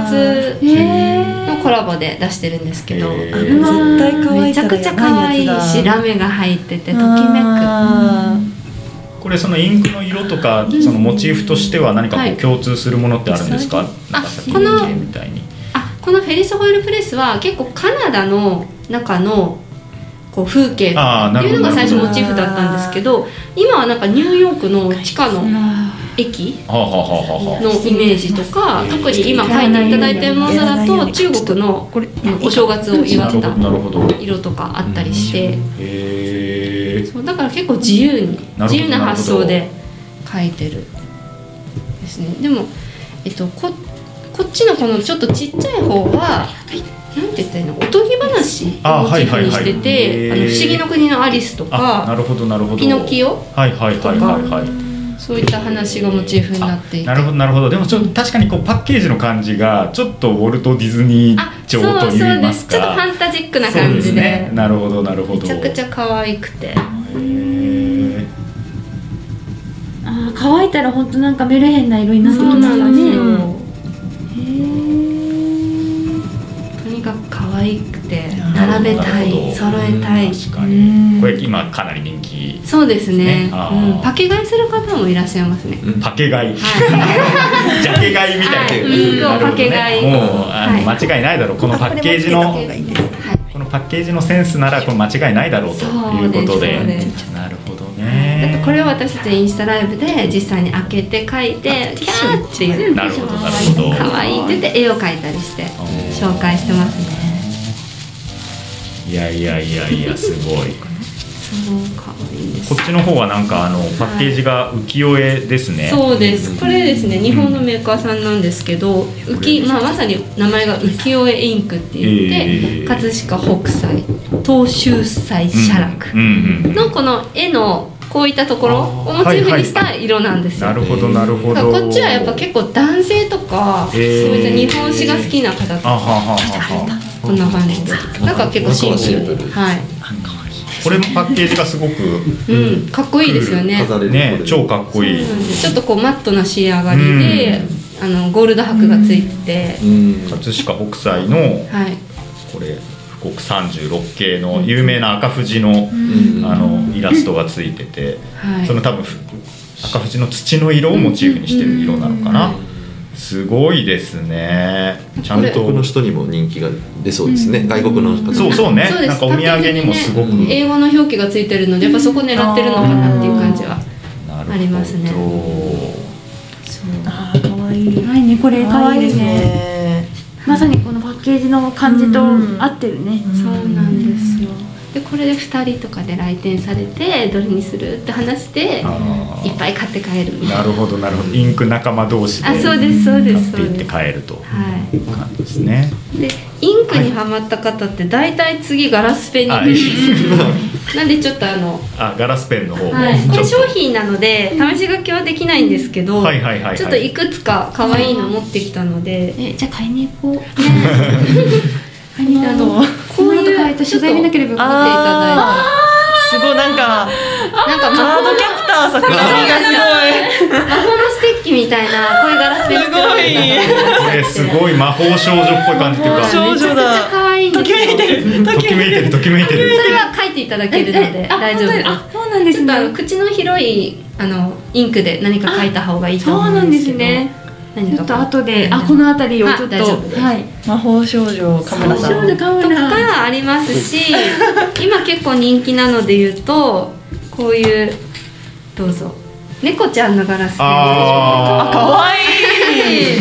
Speaker 5: のコラボで出してるんですけど、
Speaker 1: え
Speaker 5: あ
Speaker 1: ー
Speaker 5: の
Speaker 4: 絶対可愛
Speaker 5: め
Speaker 4: い
Speaker 5: ちゃくちゃ可愛いしラメが入っててときめ
Speaker 1: これそのインクの色とかそのモチーフとしては何か
Speaker 5: は
Speaker 1: こう
Speaker 5: い
Speaker 1: 共通するものってあるんですか？なんかさっき
Speaker 5: この
Speaker 1: のみたいに。
Speaker 5: くあこのフェリスホイールプレスは結構カナダの中のこう風景
Speaker 1: あー
Speaker 5: っていうのが
Speaker 1: なるほ
Speaker 5: 最
Speaker 1: ど
Speaker 5: 初モチーフだったんですけど今はなんかニューヨークの地下の駅
Speaker 1: はあ、はあはあはあはあ
Speaker 5: のイメージとか特に今描いていただいてるものだと中国の
Speaker 4: これ
Speaker 5: お正月を祝
Speaker 1: なる
Speaker 5: っ
Speaker 1: ほど
Speaker 5: た
Speaker 1: なるほど。
Speaker 5: 色とかあったりして。
Speaker 1: へえ。
Speaker 5: そうだから結構自由に
Speaker 1: なるほど
Speaker 5: 自由な発想で描いてるですねでも、えっと、ここっちのこのちょっとちっちゃい方はなんて言ったらいいのおとぎ話を
Speaker 1: あ
Speaker 5: モチーフにして
Speaker 1: はいはい
Speaker 5: て「
Speaker 1: は
Speaker 5: あ
Speaker 1: いへ
Speaker 5: の
Speaker 1: ー
Speaker 5: 不思議の国のアリス」と
Speaker 1: あな
Speaker 5: か
Speaker 1: るほどなるほど。
Speaker 5: 「ピノキオ
Speaker 1: はいはいはいはいはい。」
Speaker 5: そういった話がモチーフになっていて
Speaker 1: なるほどなるほどでもちょっと確かにこうパッケージの感じがちょっとウォルト・ディズニ
Speaker 5: あ
Speaker 1: ー
Speaker 5: そ
Speaker 1: 調
Speaker 5: うそ
Speaker 1: と
Speaker 5: う
Speaker 1: いいま
Speaker 5: ですすちょっとフ
Speaker 1: か
Speaker 5: ァンタジックな感
Speaker 1: そう
Speaker 5: じ
Speaker 1: す
Speaker 5: で
Speaker 1: ねなるほどなるほ
Speaker 5: め
Speaker 1: ど
Speaker 5: ちゃくち
Speaker 1: ゃ
Speaker 5: ゃ可愛くて
Speaker 2: あー乾いたら本当なんかメルヘンな色になってき
Speaker 5: そう
Speaker 2: ま
Speaker 5: な
Speaker 2: すよ
Speaker 5: んです
Speaker 2: ね
Speaker 5: よ、とにかく可愛くて並べたい揃えたい
Speaker 1: 確かにこれ今かなり人気
Speaker 5: そうですね
Speaker 1: ねあー
Speaker 5: うん、パケ買いする方もいらっしゃいますね。
Speaker 1: パケ買い
Speaker 5: は
Speaker 1: ジャケ買いみたいな、
Speaker 5: はいインクをパケ買い
Speaker 1: なるほどねもうあの、
Speaker 5: はい
Speaker 1: 間違いないだろうこのパッケージの
Speaker 4: これもつけた方がいいです
Speaker 1: このパッケージのセンスならこれ間違いないだろうということで
Speaker 5: そうです
Speaker 1: なるほど
Speaker 5: い、だって
Speaker 1: ね
Speaker 5: これを私たちインスタライブで実際に開けて書いてキャーっていう
Speaker 1: なるほどなるほど
Speaker 5: 可愛いって言って絵を描いたりして
Speaker 1: おー
Speaker 5: 紹介してますね
Speaker 1: いやいやいやいやすごい
Speaker 5: すごい可愛いです
Speaker 1: こっちの方はなんかあのパッケージが浮世絵ですね、
Speaker 5: そうですこれですね日本のメーカーさんなんですけど浮き、まあ、まさに名前が浮世絵インクって言って、
Speaker 1: えー
Speaker 5: 葛飾北斎東州斎写楽
Speaker 1: うんうんうん
Speaker 5: のこの絵のこういったところをモチーフにした色なんですよ、
Speaker 1: なるほどなるほ
Speaker 5: だか
Speaker 1: ど
Speaker 5: らこっちはやっぱ結構男性とか、
Speaker 1: えー
Speaker 5: そういった日本史が好きな方と
Speaker 1: あはは
Speaker 5: か
Speaker 1: はは
Speaker 5: こんな感じでなんか結構シン
Speaker 6: シン
Speaker 5: プ
Speaker 6: プ
Speaker 5: ル
Speaker 6: ル
Speaker 5: はい、
Speaker 1: これもパッケージがすごく
Speaker 5: うん、かっこいいですよね
Speaker 6: 飾れる
Speaker 1: ね
Speaker 6: ところで
Speaker 1: 超かっこいい
Speaker 5: そうなんですちょっとこうマットな仕上がりで、あのゴールド箔がついてて、
Speaker 6: うん
Speaker 1: 葛飾北斎の
Speaker 5: はい
Speaker 1: これ富国36系の有名な赤富士の、
Speaker 6: うん
Speaker 1: あのイラストがついてて、
Speaker 5: はい
Speaker 1: その多分ふ赤富士の土の色をモチーフにしてる色なのかな、すごいですねちゃん
Speaker 6: 外国の
Speaker 1: と
Speaker 6: 人にも人気が出そうですね、外国の方
Speaker 1: そうそうね
Speaker 5: そうです
Speaker 1: なんかお土産にもすごく、
Speaker 6: うん
Speaker 5: 英語の表記がついてるのでやっぱそこ狙ってるのかなっていう感じは
Speaker 1: なるほど
Speaker 5: ありますね
Speaker 4: あー可愛い。
Speaker 2: はいねこれ可
Speaker 4: 可愛
Speaker 2: 愛い
Speaker 4: いです
Speaker 2: ね
Speaker 4: ね。
Speaker 2: まさにこのパッケージの感じと合ってるね
Speaker 5: そうなんですよでこれで2人とかで来店されてどれにするって話していっ
Speaker 1: あー
Speaker 5: ぱい買って帰るみたい
Speaker 1: な
Speaker 5: な
Speaker 1: るほどなるほどインク仲間同士で
Speaker 5: あそうですそうです
Speaker 1: 買っていって
Speaker 5: そ
Speaker 1: 帰ると
Speaker 5: はい
Speaker 1: 感じですね
Speaker 5: でインクにはまった方って大体次ガラスペンに行くんですよなんでちょっとあの、
Speaker 1: あガラスペンの方も、
Speaker 5: はい、こ
Speaker 1: ちょ
Speaker 5: れ
Speaker 1: っと
Speaker 5: 商品なので試し書きはできないんですけど、
Speaker 1: はいはいはいはい
Speaker 5: ちょっといくつか可愛いの持ってきたので、
Speaker 2: えじゃあ買いに行こう
Speaker 5: あのこう
Speaker 2: この後
Speaker 5: い
Speaker 2: 買え
Speaker 5: う
Speaker 2: た
Speaker 5: ち
Speaker 2: 取
Speaker 5: ょっと
Speaker 2: 材見なければよかっ
Speaker 5: あ
Speaker 4: すごいな んか
Speaker 5: ーなんか
Speaker 4: カ
Speaker 5: 魔
Speaker 4: ードキャプターさくらさんがす
Speaker 5: 法魔法のステッキみたいなこういうガラスペン作られた
Speaker 4: す
Speaker 1: これすごい魔法少女っぽい感じっていうか
Speaker 4: 少女
Speaker 5: めちゃくちゃ
Speaker 4: だ。
Speaker 5: 可愛いんですよ
Speaker 1: ときめいてるときめいてる
Speaker 5: それは書いていただけるので
Speaker 2: あ
Speaker 5: 大丈夫です
Speaker 2: あそうなんで
Speaker 5: ち
Speaker 2: す
Speaker 5: ょっとあ
Speaker 2: ね
Speaker 5: の口の広いあのインクで何か書いた方がいいと
Speaker 2: そう
Speaker 5: 思
Speaker 2: な
Speaker 5: うんんで
Speaker 2: です
Speaker 5: け
Speaker 2: す
Speaker 5: ど
Speaker 2: ね
Speaker 5: 何
Speaker 2: ち
Speaker 5: か
Speaker 2: ょっと後であこの辺りをちょっと
Speaker 5: あ大丈夫です
Speaker 2: はい
Speaker 4: 魔法少女カメラさ
Speaker 2: 少
Speaker 4: ん。
Speaker 2: 女カメ
Speaker 5: と
Speaker 2: ラ
Speaker 5: かありますし今結構人気なので言うとこういうどうぞ猫ちゃんのガラスペ
Speaker 1: あ
Speaker 5: ン
Speaker 1: あ
Speaker 4: 可愛い。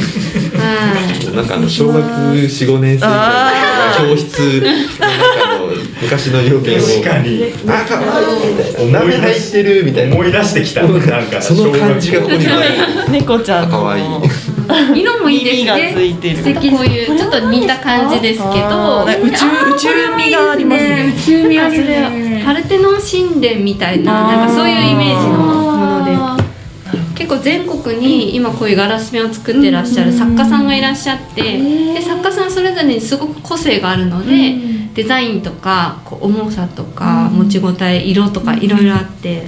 Speaker 5: はい
Speaker 6: なんかあの小学四五年生の
Speaker 4: あ
Speaker 6: 教室の中の昔の要件を
Speaker 1: 確かに
Speaker 6: あかわいいみたいなお鍋入ってるみたいな
Speaker 1: 思い出してきたなんか
Speaker 6: その感じがここには
Speaker 4: 猫ちゃん
Speaker 6: か
Speaker 4: の。
Speaker 6: わいい
Speaker 5: 色もいいです
Speaker 4: 耳がつ
Speaker 5: ね
Speaker 4: いてる。
Speaker 5: 素敵こういうちょっと似た感じですけ
Speaker 4: あ
Speaker 5: ど
Speaker 4: ー宇宙宇宙味がありますね。
Speaker 2: 中身
Speaker 5: なん
Speaker 2: あ
Speaker 5: か
Speaker 2: る
Speaker 5: それパ
Speaker 2: ね
Speaker 5: ルテノン神殿みたいななんかそういうイメージのもので
Speaker 2: あー
Speaker 5: 結構全国に今こういうガラスペンを作ってらっしゃる作家さんがいらっしゃって、で作家さんそれぞれにすごく個性があるので、デザインとかこう重さとか持ちごたえ色とかいろいろあって、で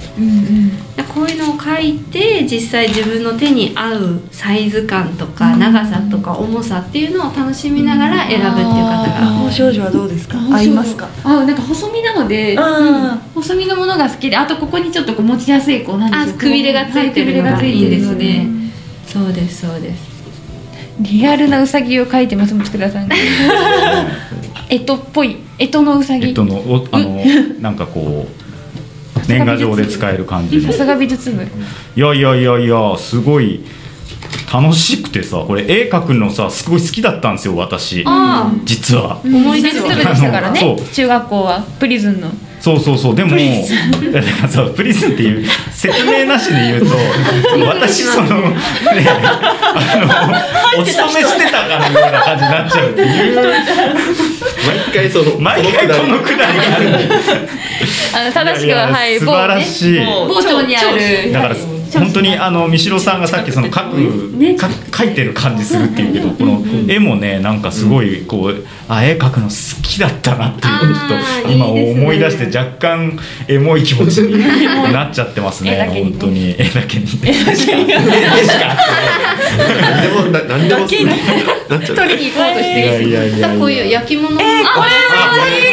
Speaker 5: こういうのを描いて実際自分の手に合うサイズ感とか長さとか重さっていうのを楽しみながら選ぶっていう方
Speaker 4: 魔
Speaker 5: が。
Speaker 4: 法少女はどうですか。合いますか。
Speaker 2: あなんか細身なので
Speaker 4: あ
Speaker 2: 細身のものが好きであとここにちょっとこう持ちやすいこうなんで
Speaker 5: あ
Speaker 2: しょう
Speaker 5: くびれがついてるの
Speaker 2: は
Speaker 5: が
Speaker 2: くびれ
Speaker 5: いい
Speaker 2: つ
Speaker 5: で
Speaker 2: る
Speaker 5: す
Speaker 2: の
Speaker 5: ねそうですそうです
Speaker 2: リアルなウサギを描いてます、松倉 さんが。えとっぽい、えとのウサ
Speaker 1: え
Speaker 2: ギ
Speaker 1: っ。とのおあのなんかこう年賀状で使える感じの
Speaker 2: さすが美術部。
Speaker 1: いやいやいやいやすごい楽しくてさこれ絵描くのさすごい好きだったんですよ私
Speaker 5: あー
Speaker 1: 実は
Speaker 2: 思い出すべでしたから
Speaker 1: そ
Speaker 2: ね
Speaker 1: う。
Speaker 2: 中学校はプリズンの。
Speaker 1: そうそうそうでもい やだからさプリズンっていう説明なしで 言うとその私そのねあのお勤めしてたからみたいな感じになっちゃうっていう
Speaker 6: 毎回その
Speaker 1: 毎回このくだりがあるんだよ
Speaker 2: あの正しくは、
Speaker 1: いや
Speaker 2: はい
Speaker 1: や
Speaker 2: い、
Speaker 1: 素晴らしい、
Speaker 4: もう
Speaker 2: 某町にある。
Speaker 1: だから本当にあの三代さんがさっきその描く、か描いてる感じするっていうけどこの絵もねなんかすごいこうあ絵描くの好きだったなっていうのをちょっと今
Speaker 5: あーいいですね
Speaker 1: 思い出して若干エモい気持ちになっちゃってます
Speaker 2: 絵だ
Speaker 1: ね
Speaker 2: けに
Speaker 1: 本当に絵だけに絵しか絵しか
Speaker 6: 何でもな何でもするなっちゃう
Speaker 2: 取りに行こうとし
Speaker 1: い
Speaker 2: て
Speaker 1: や
Speaker 2: る。
Speaker 1: いやいやいや
Speaker 5: こういう焼き物えー、これ
Speaker 4: いいです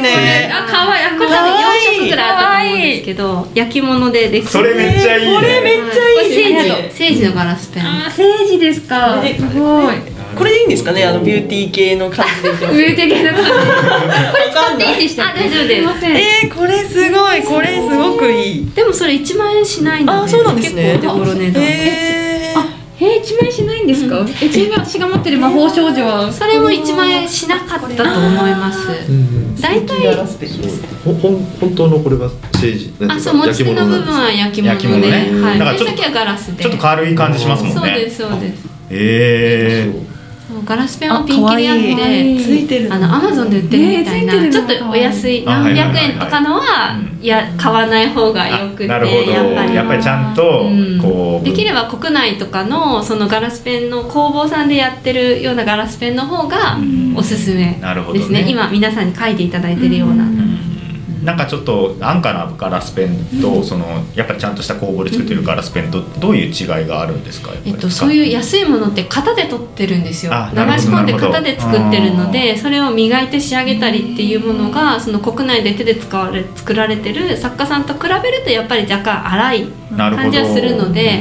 Speaker 4: ね。
Speaker 5: あ、可愛い。あ、これ多分4色ぐらいあると思うんですけど、焼き物ででき
Speaker 1: それめっちゃいいね
Speaker 4: これめっちゃいいです
Speaker 5: これセー
Speaker 4: ね
Speaker 5: ジ、セージのガラスペン。
Speaker 2: あ、政治ですか。
Speaker 4: え
Speaker 2: すごい。
Speaker 4: これでいいんですかね。あのビューティー系の感 じで。
Speaker 2: 上的な感
Speaker 4: わかんない。
Speaker 2: じでした。
Speaker 5: あ大丈夫です
Speaker 2: いません。
Speaker 4: えー、これすごい。これすごくいい。
Speaker 5: でもそれ1万円しないので、
Speaker 4: あ、そうなんですね。
Speaker 5: 結構お手頃値段。
Speaker 4: えー、
Speaker 2: え一万円しないんですか、えちなみに私が持ってる魔法少女は
Speaker 5: それも1万円しなかったと思います
Speaker 6: うん
Speaker 5: 大体
Speaker 4: ラスペ
Speaker 6: そうほほん本当のこれは政治
Speaker 5: あそう持ち手の部分は焼き物
Speaker 1: 焼き物
Speaker 5: で、
Speaker 1: ね
Speaker 5: は
Speaker 1: だから
Speaker 5: い、
Speaker 1: ち
Speaker 5: 手
Speaker 1: ょっと
Speaker 5: 先はガラスで
Speaker 1: ちょっと軽い感じしますもんね
Speaker 5: そうですそうです
Speaker 1: えー
Speaker 5: そうガラスペンはピンキリあって
Speaker 2: あ可愛い
Speaker 4: ついてる
Speaker 5: あのアマゾンで売ってるみたいな、
Speaker 2: ねえついてる
Speaker 5: ちょ
Speaker 2: の
Speaker 5: っ
Speaker 2: が可
Speaker 5: とお
Speaker 2: 愛い
Speaker 5: 安い
Speaker 1: あ
Speaker 5: 何百
Speaker 1: はいはいはい
Speaker 5: 円とかのは
Speaker 1: うん
Speaker 5: いや買わない方がよくて
Speaker 1: あなるほど
Speaker 5: やっぱり
Speaker 1: やっぱりちゃんと
Speaker 5: うん
Speaker 1: こう
Speaker 5: できれば国内とかのそのガラスペンの工房さんでやってるようなガラスペンの方が
Speaker 1: うん
Speaker 5: おすすめ
Speaker 1: なるほど
Speaker 5: ですね今皆さんに書いていただいてるような、
Speaker 1: なんかちょっと安価なガラスペンと、そのやっぱりちゃんとした工房で作ってるガラスペンとどういう違いがあるんですかやっぱ
Speaker 5: え
Speaker 1: り
Speaker 5: っと、そういう安いものって型で取ってるんですよ
Speaker 1: あ
Speaker 5: 流
Speaker 1: なるほど
Speaker 5: し込んで
Speaker 1: なるほど
Speaker 5: 型で作ってるのでそれを磨いて仕上げたりっていうものがその国内で手で使われ作られてる作家さんと比べるとやっぱり若干荒い
Speaker 1: なるほど
Speaker 5: 感じはするので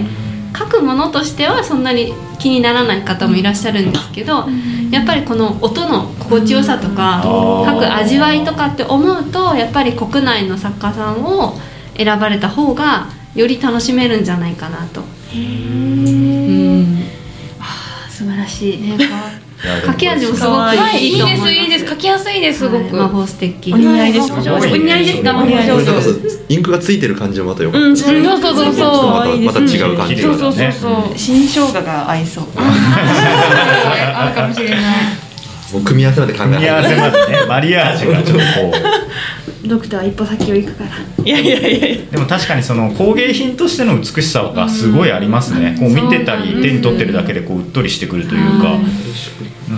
Speaker 5: 書くものとしてはそんなに気にならない方もいらっしゃるんですけどやっぱりこの音の心地よさとか
Speaker 1: うん
Speaker 5: 書く味わいとかって思うとやっぱり国内の作家さんを選ばれた方がより楽しめるんじゃないかなと。うん
Speaker 2: 素晴らしい
Speaker 5: ね、
Speaker 1: いやでも
Speaker 5: かき味もすごく
Speaker 2: はい
Speaker 5: い
Speaker 2: い
Speaker 5: い
Speaker 2: い
Speaker 5: と思
Speaker 2: で
Speaker 5: いますす。
Speaker 2: いいです書きやすいですすごく、
Speaker 5: 魔法ステッキ。
Speaker 4: お似合いです
Speaker 2: 魔法少女お似合いですか魔法
Speaker 4: お似合い
Speaker 2: 少
Speaker 6: これな
Speaker 2: 女
Speaker 6: んかそうインクがついてる感じがまたよかった、
Speaker 4: うん
Speaker 2: そうそうそうそう
Speaker 6: またまた違う感じ
Speaker 1: 綺麗
Speaker 6: が、
Speaker 2: そ
Speaker 1: だ
Speaker 2: う
Speaker 1: ね
Speaker 2: そうそうそう
Speaker 4: 新生姜が合いそう
Speaker 2: あるかもしれない
Speaker 6: もう組み合わせまで考え
Speaker 1: 組み合わ
Speaker 6: ない
Speaker 1: せまでねマリアージュがちょっとこ
Speaker 2: ドクターは一歩先を行くから
Speaker 4: いやいやいやいう
Speaker 1: でも確かにその工芸品としての美しさがすごいありますね、こう見てた
Speaker 5: そうな
Speaker 1: り
Speaker 5: んです
Speaker 1: 手に取ってるだけでこううっとりしてくるというか、
Speaker 5: は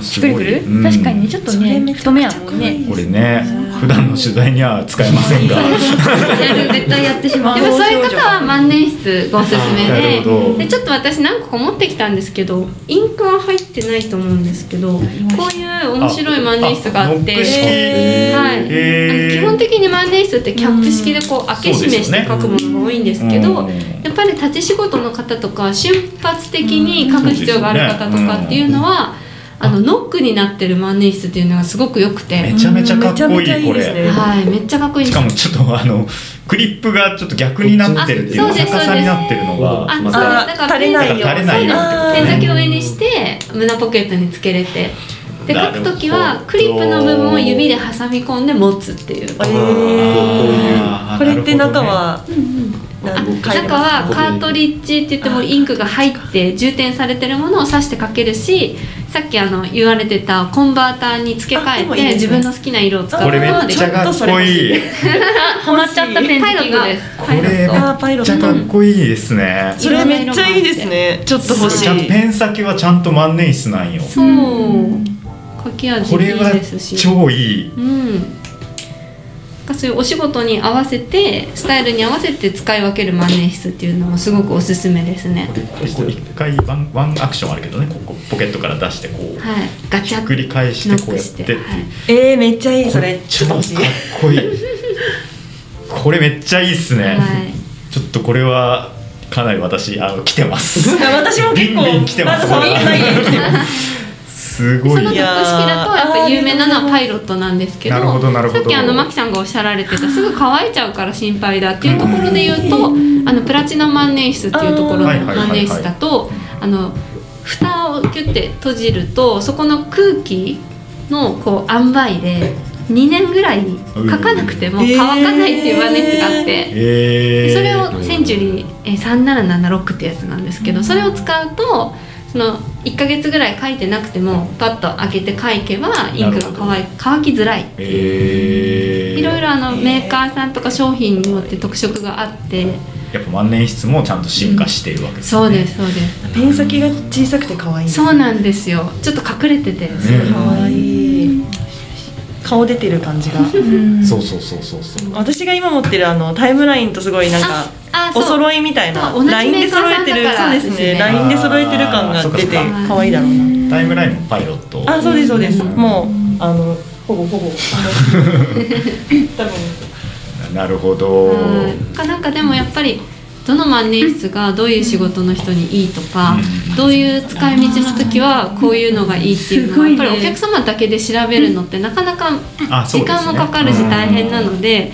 Speaker 1: す
Speaker 2: しっ
Speaker 1: ご
Speaker 2: く
Speaker 1: い
Speaker 2: りくる、
Speaker 1: うん
Speaker 2: 確かにねちょっと
Speaker 4: それ
Speaker 2: ね
Speaker 4: めちゃくちゃ
Speaker 2: 太めやもんね
Speaker 1: これね普段の取材には使えませんが
Speaker 2: やる絶対やってしまう
Speaker 5: でもそういう方は万年筆がおすすめ
Speaker 1: あーなるほど
Speaker 5: ででちょっと私何個か持ってきたんですけどインクは入ってないと思うんですけどこういう面白い万年筆があっ
Speaker 1: ノック式
Speaker 5: て。はい、あの
Speaker 1: へー
Speaker 5: 基本的に万年筆ってキャップ式でこう開け閉めして書くものが多いんですけど、
Speaker 1: うん
Speaker 5: やっぱり立ち仕事の方とか瞬発的に書く必要がある方とかっていうのは、あのノックになってる万年筆っていうのがすごく良くて、
Speaker 1: めちゃめちゃかっこいいこ
Speaker 4: めちゃめちゃいいです
Speaker 1: れ
Speaker 4: ね
Speaker 5: はい、めっちゃかっこいいん
Speaker 1: し
Speaker 5: です
Speaker 1: かもちょっとあのクリップがちょっと逆になってるっていう
Speaker 5: あ
Speaker 1: か
Speaker 5: そうです
Speaker 1: 逆さになってるのが
Speaker 5: あ、そう
Speaker 6: ま
Speaker 5: です。
Speaker 6: た
Speaker 5: だからペン
Speaker 1: 垂れないよ
Speaker 4: あー
Speaker 5: ペン先を上にして胸ポケットにつけれて、で
Speaker 1: な
Speaker 5: 書
Speaker 1: る
Speaker 5: く
Speaker 1: ほど
Speaker 5: ときはクリップの部分を指で挟み込んで持つっていう。
Speaker 4: え
Speaker 1: あー
Speaker 4: ーこれって中は
Speaker 5: あ
Speaker 4: なんか
Speaker 5: 中はカートリッジって言ってもインクが入って充填されてるものを刺して書けるしさっきあの言われてたコンバーターに付け
Speaker 4: あで
Speaker 5: 替え
Speaker 4: もいい
Speaker 5: て
Speaker 4: ですね
Speaker 5: 自分の好きな色を使う
Speaker 1: これめ
Speaker 5: ことが
Speaker 1: っ
Speaker 5: でき
Speaker 1: ちゃ
Speaker 5: る
Speaker 1: かっこいい
Speaker 2: ハマっちゃったペン
Speaker 5: パイロ
Speaker 2: 先
Speaker 5: ット
Speaker 2: が
Speaker 5: です
Speaker 1: これめっ
Speaker 4: あーパイロッ
Speaker 1: ちゃ
Speaker 4: ト
Speaker 1: かっこいいですね
Speaker 4: それめっちゃいいですねちょっと欲し
Speaker 1: ちゃんと
Speaker 4: い
Speaker 1: ペン先はちゃんと万年筆なんよ
Speaker 5: そう書き味
Speaker 1: こ
Speaker 5: い
Speaker 1: れはい
Speaker 5: ですし
Speaker 1: 超いい
Speaker 5: うん、なんかそういうお仕事に合わせてスタイルに合わせて使い分ける万年筆っていうのもすごくおすすめですね
Speaker 1: こう一回ワンワンアクションあるけどねここポケットから出してこう
Speaker 5: はいガチ
Speaker 1: ひ
Speaker 5: ャ
Speaker 1: っ
Speaker 5: ッ
Speaker 1: くり返してこうやってっていう
Speaker 5: はい
Speaker 4: えーめっちゃいいそれち
Speaker 1: 超
Speaker 4: ょっ
Speaker 1: か
Speaker 4: と
Speaker 1: っ
Speaker 4: 欲しい
Speaker 1: こいいこれめっちゃいいっすね、
Speaker 5: はい
Speaker 1: ちょっとこれはかなり私あの来てます
Speaker 4: 私も結
Speaker 1: ビンビン
Speaker 4: 構
Speaker 1: 来てます
Speaker 4: まだその一回来てます
Speaker 1: す
Speaker 5: そ
Speaker 1: ごい
Speaker 5: の
Speaker 1: い
Speaker 5: 格式
Speaker 1: や
Speaker 5: だとやっ
Speaker 4: いや
Speaker 5: ぱ
Speaker 4: ー
Speaker 5: 有名なのはパイロットなんですけど
Speaker 1: なるほどなるほど
Speaker 5: さっきあのマキさんがおっしゃられてたすぐ乾いちゃうから心配だっていうところで言うとあのプラチナ万年筆っていうところの
Speaker 1: あー
Speaker 5: 万年筆だとあの蓋をキュッて閉じるとそこの空気のこう塩梅で2年ぐらい書かなくても乾かないっていう万年筆があって。
Speaker 1: えー、
Speaker 5: それをセンチュリーえー3776ってやつなんですけどそれを使うとその1ヶ月ぐらい書いてなくてもパッと開けて書いてばインクが乾い乾きづらい
Speaker 1: えー、
Speaker 5: いろいろあのメーカーさんとか商品によって特色があって
Speaker 1: やっぱ万年筆もちゃんと進化しているわけです、ね
Speaker 5: そうですそうです
Speaker 4: ペン先が小さくて可愛い
Speaker 5: そうなんですよちょっと隠れててすごい
Speaker 4: 可愛い顔出てる感じが
Speaker 1: そうそうそうそうそう
Speaker 4: 私が今持ってるあのタイムラインとすごいなんか
Speaker 5: あ
Speaker 4: お
Speaker 5: そう
Speaker 4: 揃いみたいな
Speaker 5: そう同じ
Speaker 4: ラインで揃えてる
Speaker 5: メ
Speaker 4: そう
Speaker 5: ーカーさんだから
Speaker 4: ですね
Speaker 5: ですね
Speaker 4: ラインで揃えてる感
Speaker 1: あー
Speaker 4: が出て
Speaker 1: そっかそっか
Speaker 4: 可愛いだろうな
Speaker 1: タイムラインもパイロット
Speaker 4: あそうですそうですもうあのほぼほぼあの多分
Speaker 1: なるほど、
Speaker 5: はいかなんかでもやっぱりどの万年筆がどういう仕事の人にいいとかどういう使い道の時はこういうのがいいっていうのはやっぱりお客様だけで調べるのってなかなか
Speaker 1: あそう
Speaker 5: 時
Speaker 1: ですね
Speaker 5: 間もかかるし大変なので。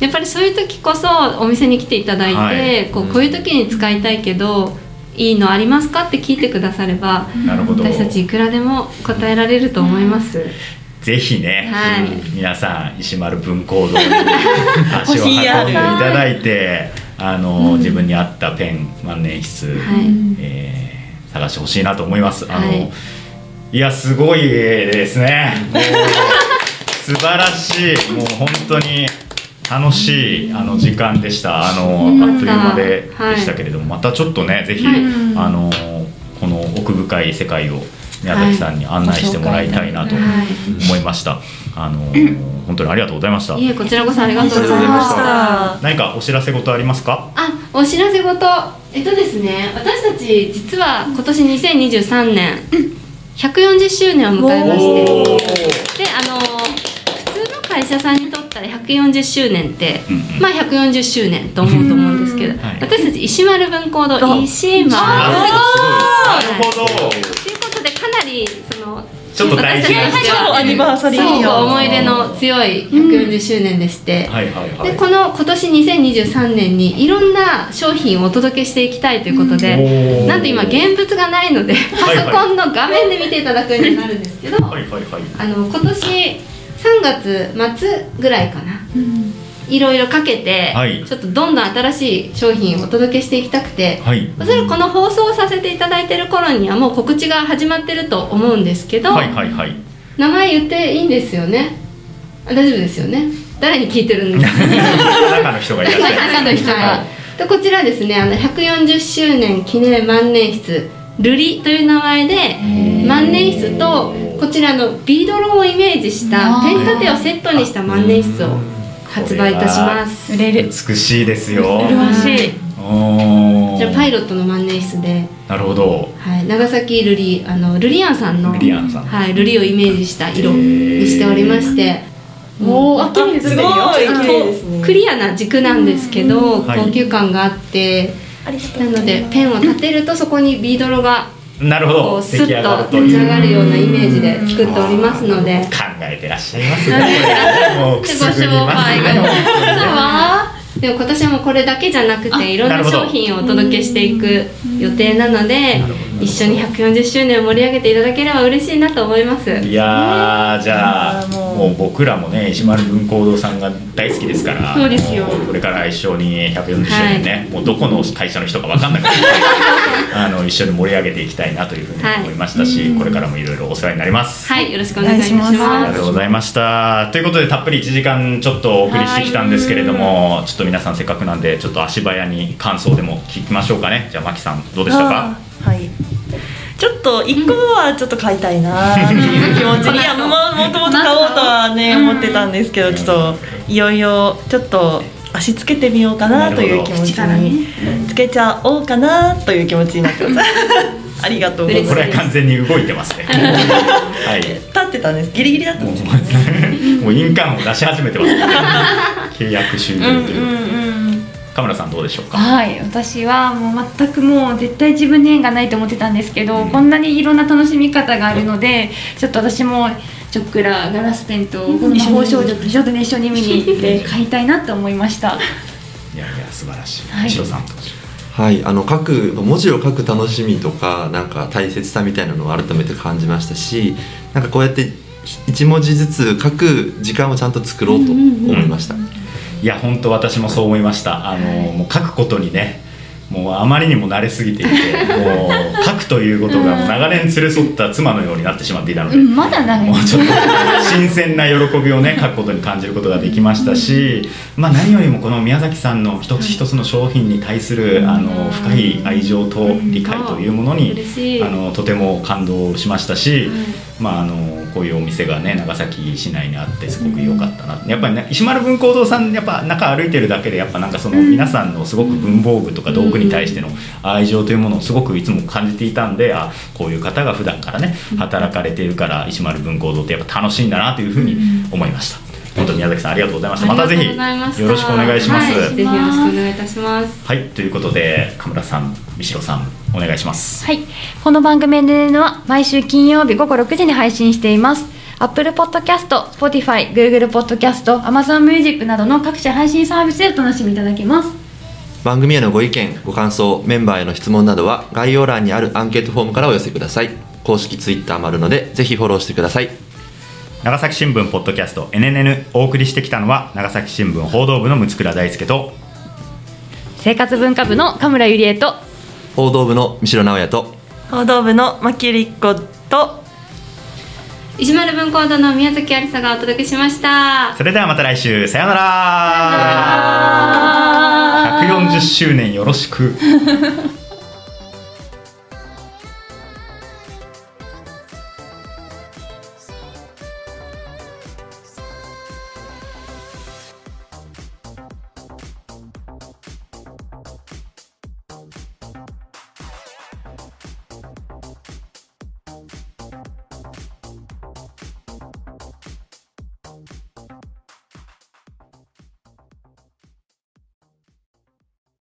Speaker 5: やっぱりそういう時こそお店に来ていただいて、
Speaker 1: はい
Speaker 5: こうこういう時に使いたいけどいいのありますかって聞いてくだされば
Speaker 1: なるほど
Speaker 5: 私たちいくらでも答えられると思います、
Speaker 1: ぜひね、
Speaker 5: はい
Speaker 1: 皆さん石丸文工 堂に足を運んでいただいてあの、自分に合ったペン万年筆、
Speaker 5: はい
Speaker 1: えー探してほしいなと思います。あの、
Speaker 5: はい
Speaker 1: い、やすごい絵です ね。もう素晴らしいもう本当に楽しいあの時間でした。あの
Speaker 5: うん
Speaker 1: あっという間で
Speaker 5: はい
Speaker 1: でしたけれども、またちょっとねぜひ、
Speaker 5: はい
Speaker 1: あのこの奥深い世界を宮崎さんに案内してもらいたいなと
Speaker 5: はい
Speaker 1: 思いました。あの本当にありがとうございました。
Speaker 5: いえこちらこそありがとうございました
Speaker 1: 何かお知らせ事ありますか？
Speaker 5: あ、お知らせ事。えっとですね、私たち実は今年2023年140周年を迎えまして、で、あの普通の会社さんにとったら140周年って、
Speaker 1: うんうん
Speaker 5: まあ140周年と思うと思うんですけど、
Speaker 1: はい
Speaker 5: 私たち石丸文庫堂石丸。
Speaker 1: な
Speaker 5: す
Speaker 1: る
Speaker 5: ごい
Speaker 1: ほど。
Speaker 5: ということでかなりその
Speaker 1: ちょっと大事な
Speaker 5: 私たち
Speaker 4: 最初の
Speaker 5: は
Speaker 4: アニバーサリーイヤー
Speaker 5: そう思い出の強い140周年でして、
Speaker 1: はいはいは
Speaker 5: で
Speaker 1: い。
Speaker 5: この今年2023年にいろんな商品をお届けしていきたいということで、
Speaker 1: おー
Speaker 5: なんと今現物がないのでパ
Speaker 1: いはい
Speaker 5: ソコンの画面で見ていただくようになるんですけど、
Speaker 1: はいはいはい。
Speaker 5: あの今年3月末ぐらいかな、いろいろかけて、
Speaker 1: はい
Speaker 5: ちょっとどんどん新しい商品をお届けしていきたくて、
Speaker 1: はい。
Speaker 5: おそらくこの放送をさせていただいてる頃にはもう告知が始まってると思うんですけど、
Speaker 1: はいはい はい。
Speaker 5: 名前言っていいんですよねあ大丈夫ですよね誰に聞いてるんですか
Speaker 1: 中の人 がいらっしゃ
Speaker 5: 中の人が。でこちらですねあの140周年記念万年筆瑠璃という名前で万年筆とこちらのビードロンをイメージしたペン立てをセットにした万年筆を発売いたします。
Speaker 1: る。美しいですよ。
Speaker 5: しい。
Speaker 1: お
Speaker 5: こ
Speaker 1: お。
Speaker 5: ちらパイロットの万年筆で、
Speaker 1: なるほど。
Speaker 5: はい、長崎瑠璃あの瑠璃庵さんの
Speaker 1: 瑠璃庵さん
Speaker 5: はい瑠璃をイメージした色にしておりまして。
Speaker 2: おお、綺麗です
Speaker 4: す
Speaker 2: ね。
Speaker 4: ごい
Speaker 5: あの
Speaker 4: 綺麗ですね
Speaker 5: クリアな軸なんですけど、
Speaker 1: んはい
Speaker 5: 高級感があって、なのでペンを立てるとそこにビードロが
Speaker 1: なるほ
Speaker 5: こう
Speaker 1: ど。
Speaker 5: スッ
Speaker 1: がる
Speaker 5: と立ち上がるようなイメージで作っておりますので
Speaker 1: 考えてらっしゃい ますね。もうく
Speaker 5: ですご
Speaker 1: ぐり
Speaker 5: 商
Speaker 1: ます
Speaker 5: 売が
Speaker 1: ね。
Speaker 5: でも今年はもうこれだけじゃなくていろん
Speaker 1: な
Speaker 5: な
Speaker 1: るほど
Speaker 5: 商品をお届けしていく予定なので一緒に140周年を盛り上げていただければ嬉しいなと思います。
Speaker 1: いやーじゃあ
Speaker 4: いやーもう
Speaker 1: もう僕らもね石丸文工堂さんが大好きですから
Speaker 5: そうですよ
Speaker 1: もうこれから一緒に140周年ね、もうどこの会社の人か分かんなくなる あの一緒に盛り上げていきたいなというふうに思いましたし、これからもいろいろお世話になります。
Speaker 5: はい、よろしくお願いいたし
Speaker 4: お願いし
Speaker 1: あり
Speaker 5: ま
Speaker 1: が
Speaker 5: す
Speaker 1: と。うございましたということでたっぷり1時間ちょっとお送りしてきたんですけれどもちょっと皆さんせっかくなんでちょっと足早に感想でも聞きましょうかねじゃあマキさんどうでしたか
Speaker 4: あーはいちょっと一個はちょっと買いたいなっていう気持ちにいやももともと買おうとはね思ってたんですけどちょっといよいよちょっと足つけてみようかなという気持ちにつけちゃおうかなという気持ちになってます ありがとうございま
Speaker 1: こ
Speaker 4: す
Speaker 1: れは完全に動いてますねはい
Speaker 4: 立ってたんですギリギリだったんです
Speaker 1: もう印鑑を出し始めてます、契約終了ということで、カムラさんどうでしょうか
Speaker 2: はい、私はもう全くもう絶対自分に縁がないと思ってたんですけど、こんなにいろんな楽しみ方があるのでちょっと私もチョックラガラスペンとこの魔法少女とちょっとね一緒に見に行って買いたいなと思いました。
Speaker 1: いやいや素晴らしい
Speaker 2: はい
Speaker 1: シロさんどうでしょ
Speaker 6: はい、あの書く文字を書く楽しみとかなんか大切さみたいなのを改めて感じましたしなんかこうやって一文字ずつ書く時間をちゃんと作ろうと思いました、
Speaker 1: ういや本当私もそう思いましたあの、もう書くことにねもうあまりにも慣れすぎていてもう書くということがもう長年連れ添った妻のようになってしまっていたので、
Speaker 2: うん、まだない
Speaker 1: も。うちょっと新鮮な喜びをね 書くことに感じることができましたし、まあ、何よりもこの宮崎さんの一つ一つの商品に対するあの深い愛情と理解というものに
Speaker 5: 嬉しい
Speaker 1: あのとても感動しましたし、まあ、あのこういうお店がね長崎市内にあってすごく良かったなやっぱり、ね、石丸文工堂さんやっぱ中歩いてるだけでやっぱなんかその皆さんのすごく文房具とか道具に対しての愛情というものをすごくいつも感じていたんであこういう方が普段からね働かれているから石丸文工堂ってやっぱ楽しいんだなというふうに思いました。本当に宮崎さんありがとうございました。またぜ
Speaker 5: ありがとうございまし
Speaker 1: ひ
Speaker 5: た
Speaker 1: よろしくお願いします。
Speaker 5: はい、ぜひよろしくお願いいたします。
Speaker 1: はい、ということで、神村さん、三代さん、お願いします。
Speaker 2: はい、この番組でのは毎週金曜日午後6時に配信しています。Apple Podcast、Spotify、Google Podcast、Amazon Music などの各種配信サービスでお楽しみいただけます。
Speaker 6: 番組へのご意見ご感想メンバーへの質問などは概要欄にあるアンケートフォームからお寄せください公式ツイッターもあるのでぜひフォローしてください
Speaker 1: 長崎新聞ポッドキャスト NNN お送りしてきたのは長崎新聞報道部の六倉大輔と
Speaker 10: 生活文化部の神村ゆりえと
Speaker 6: 報道部の三城直也と
Speaker 4: 報道部の牧ゆり子と
Speaker 5: 石丸文庫堂の宮崎ありさがお届けしました
Speaker 1: それではまた来週さよなら140周年よろしく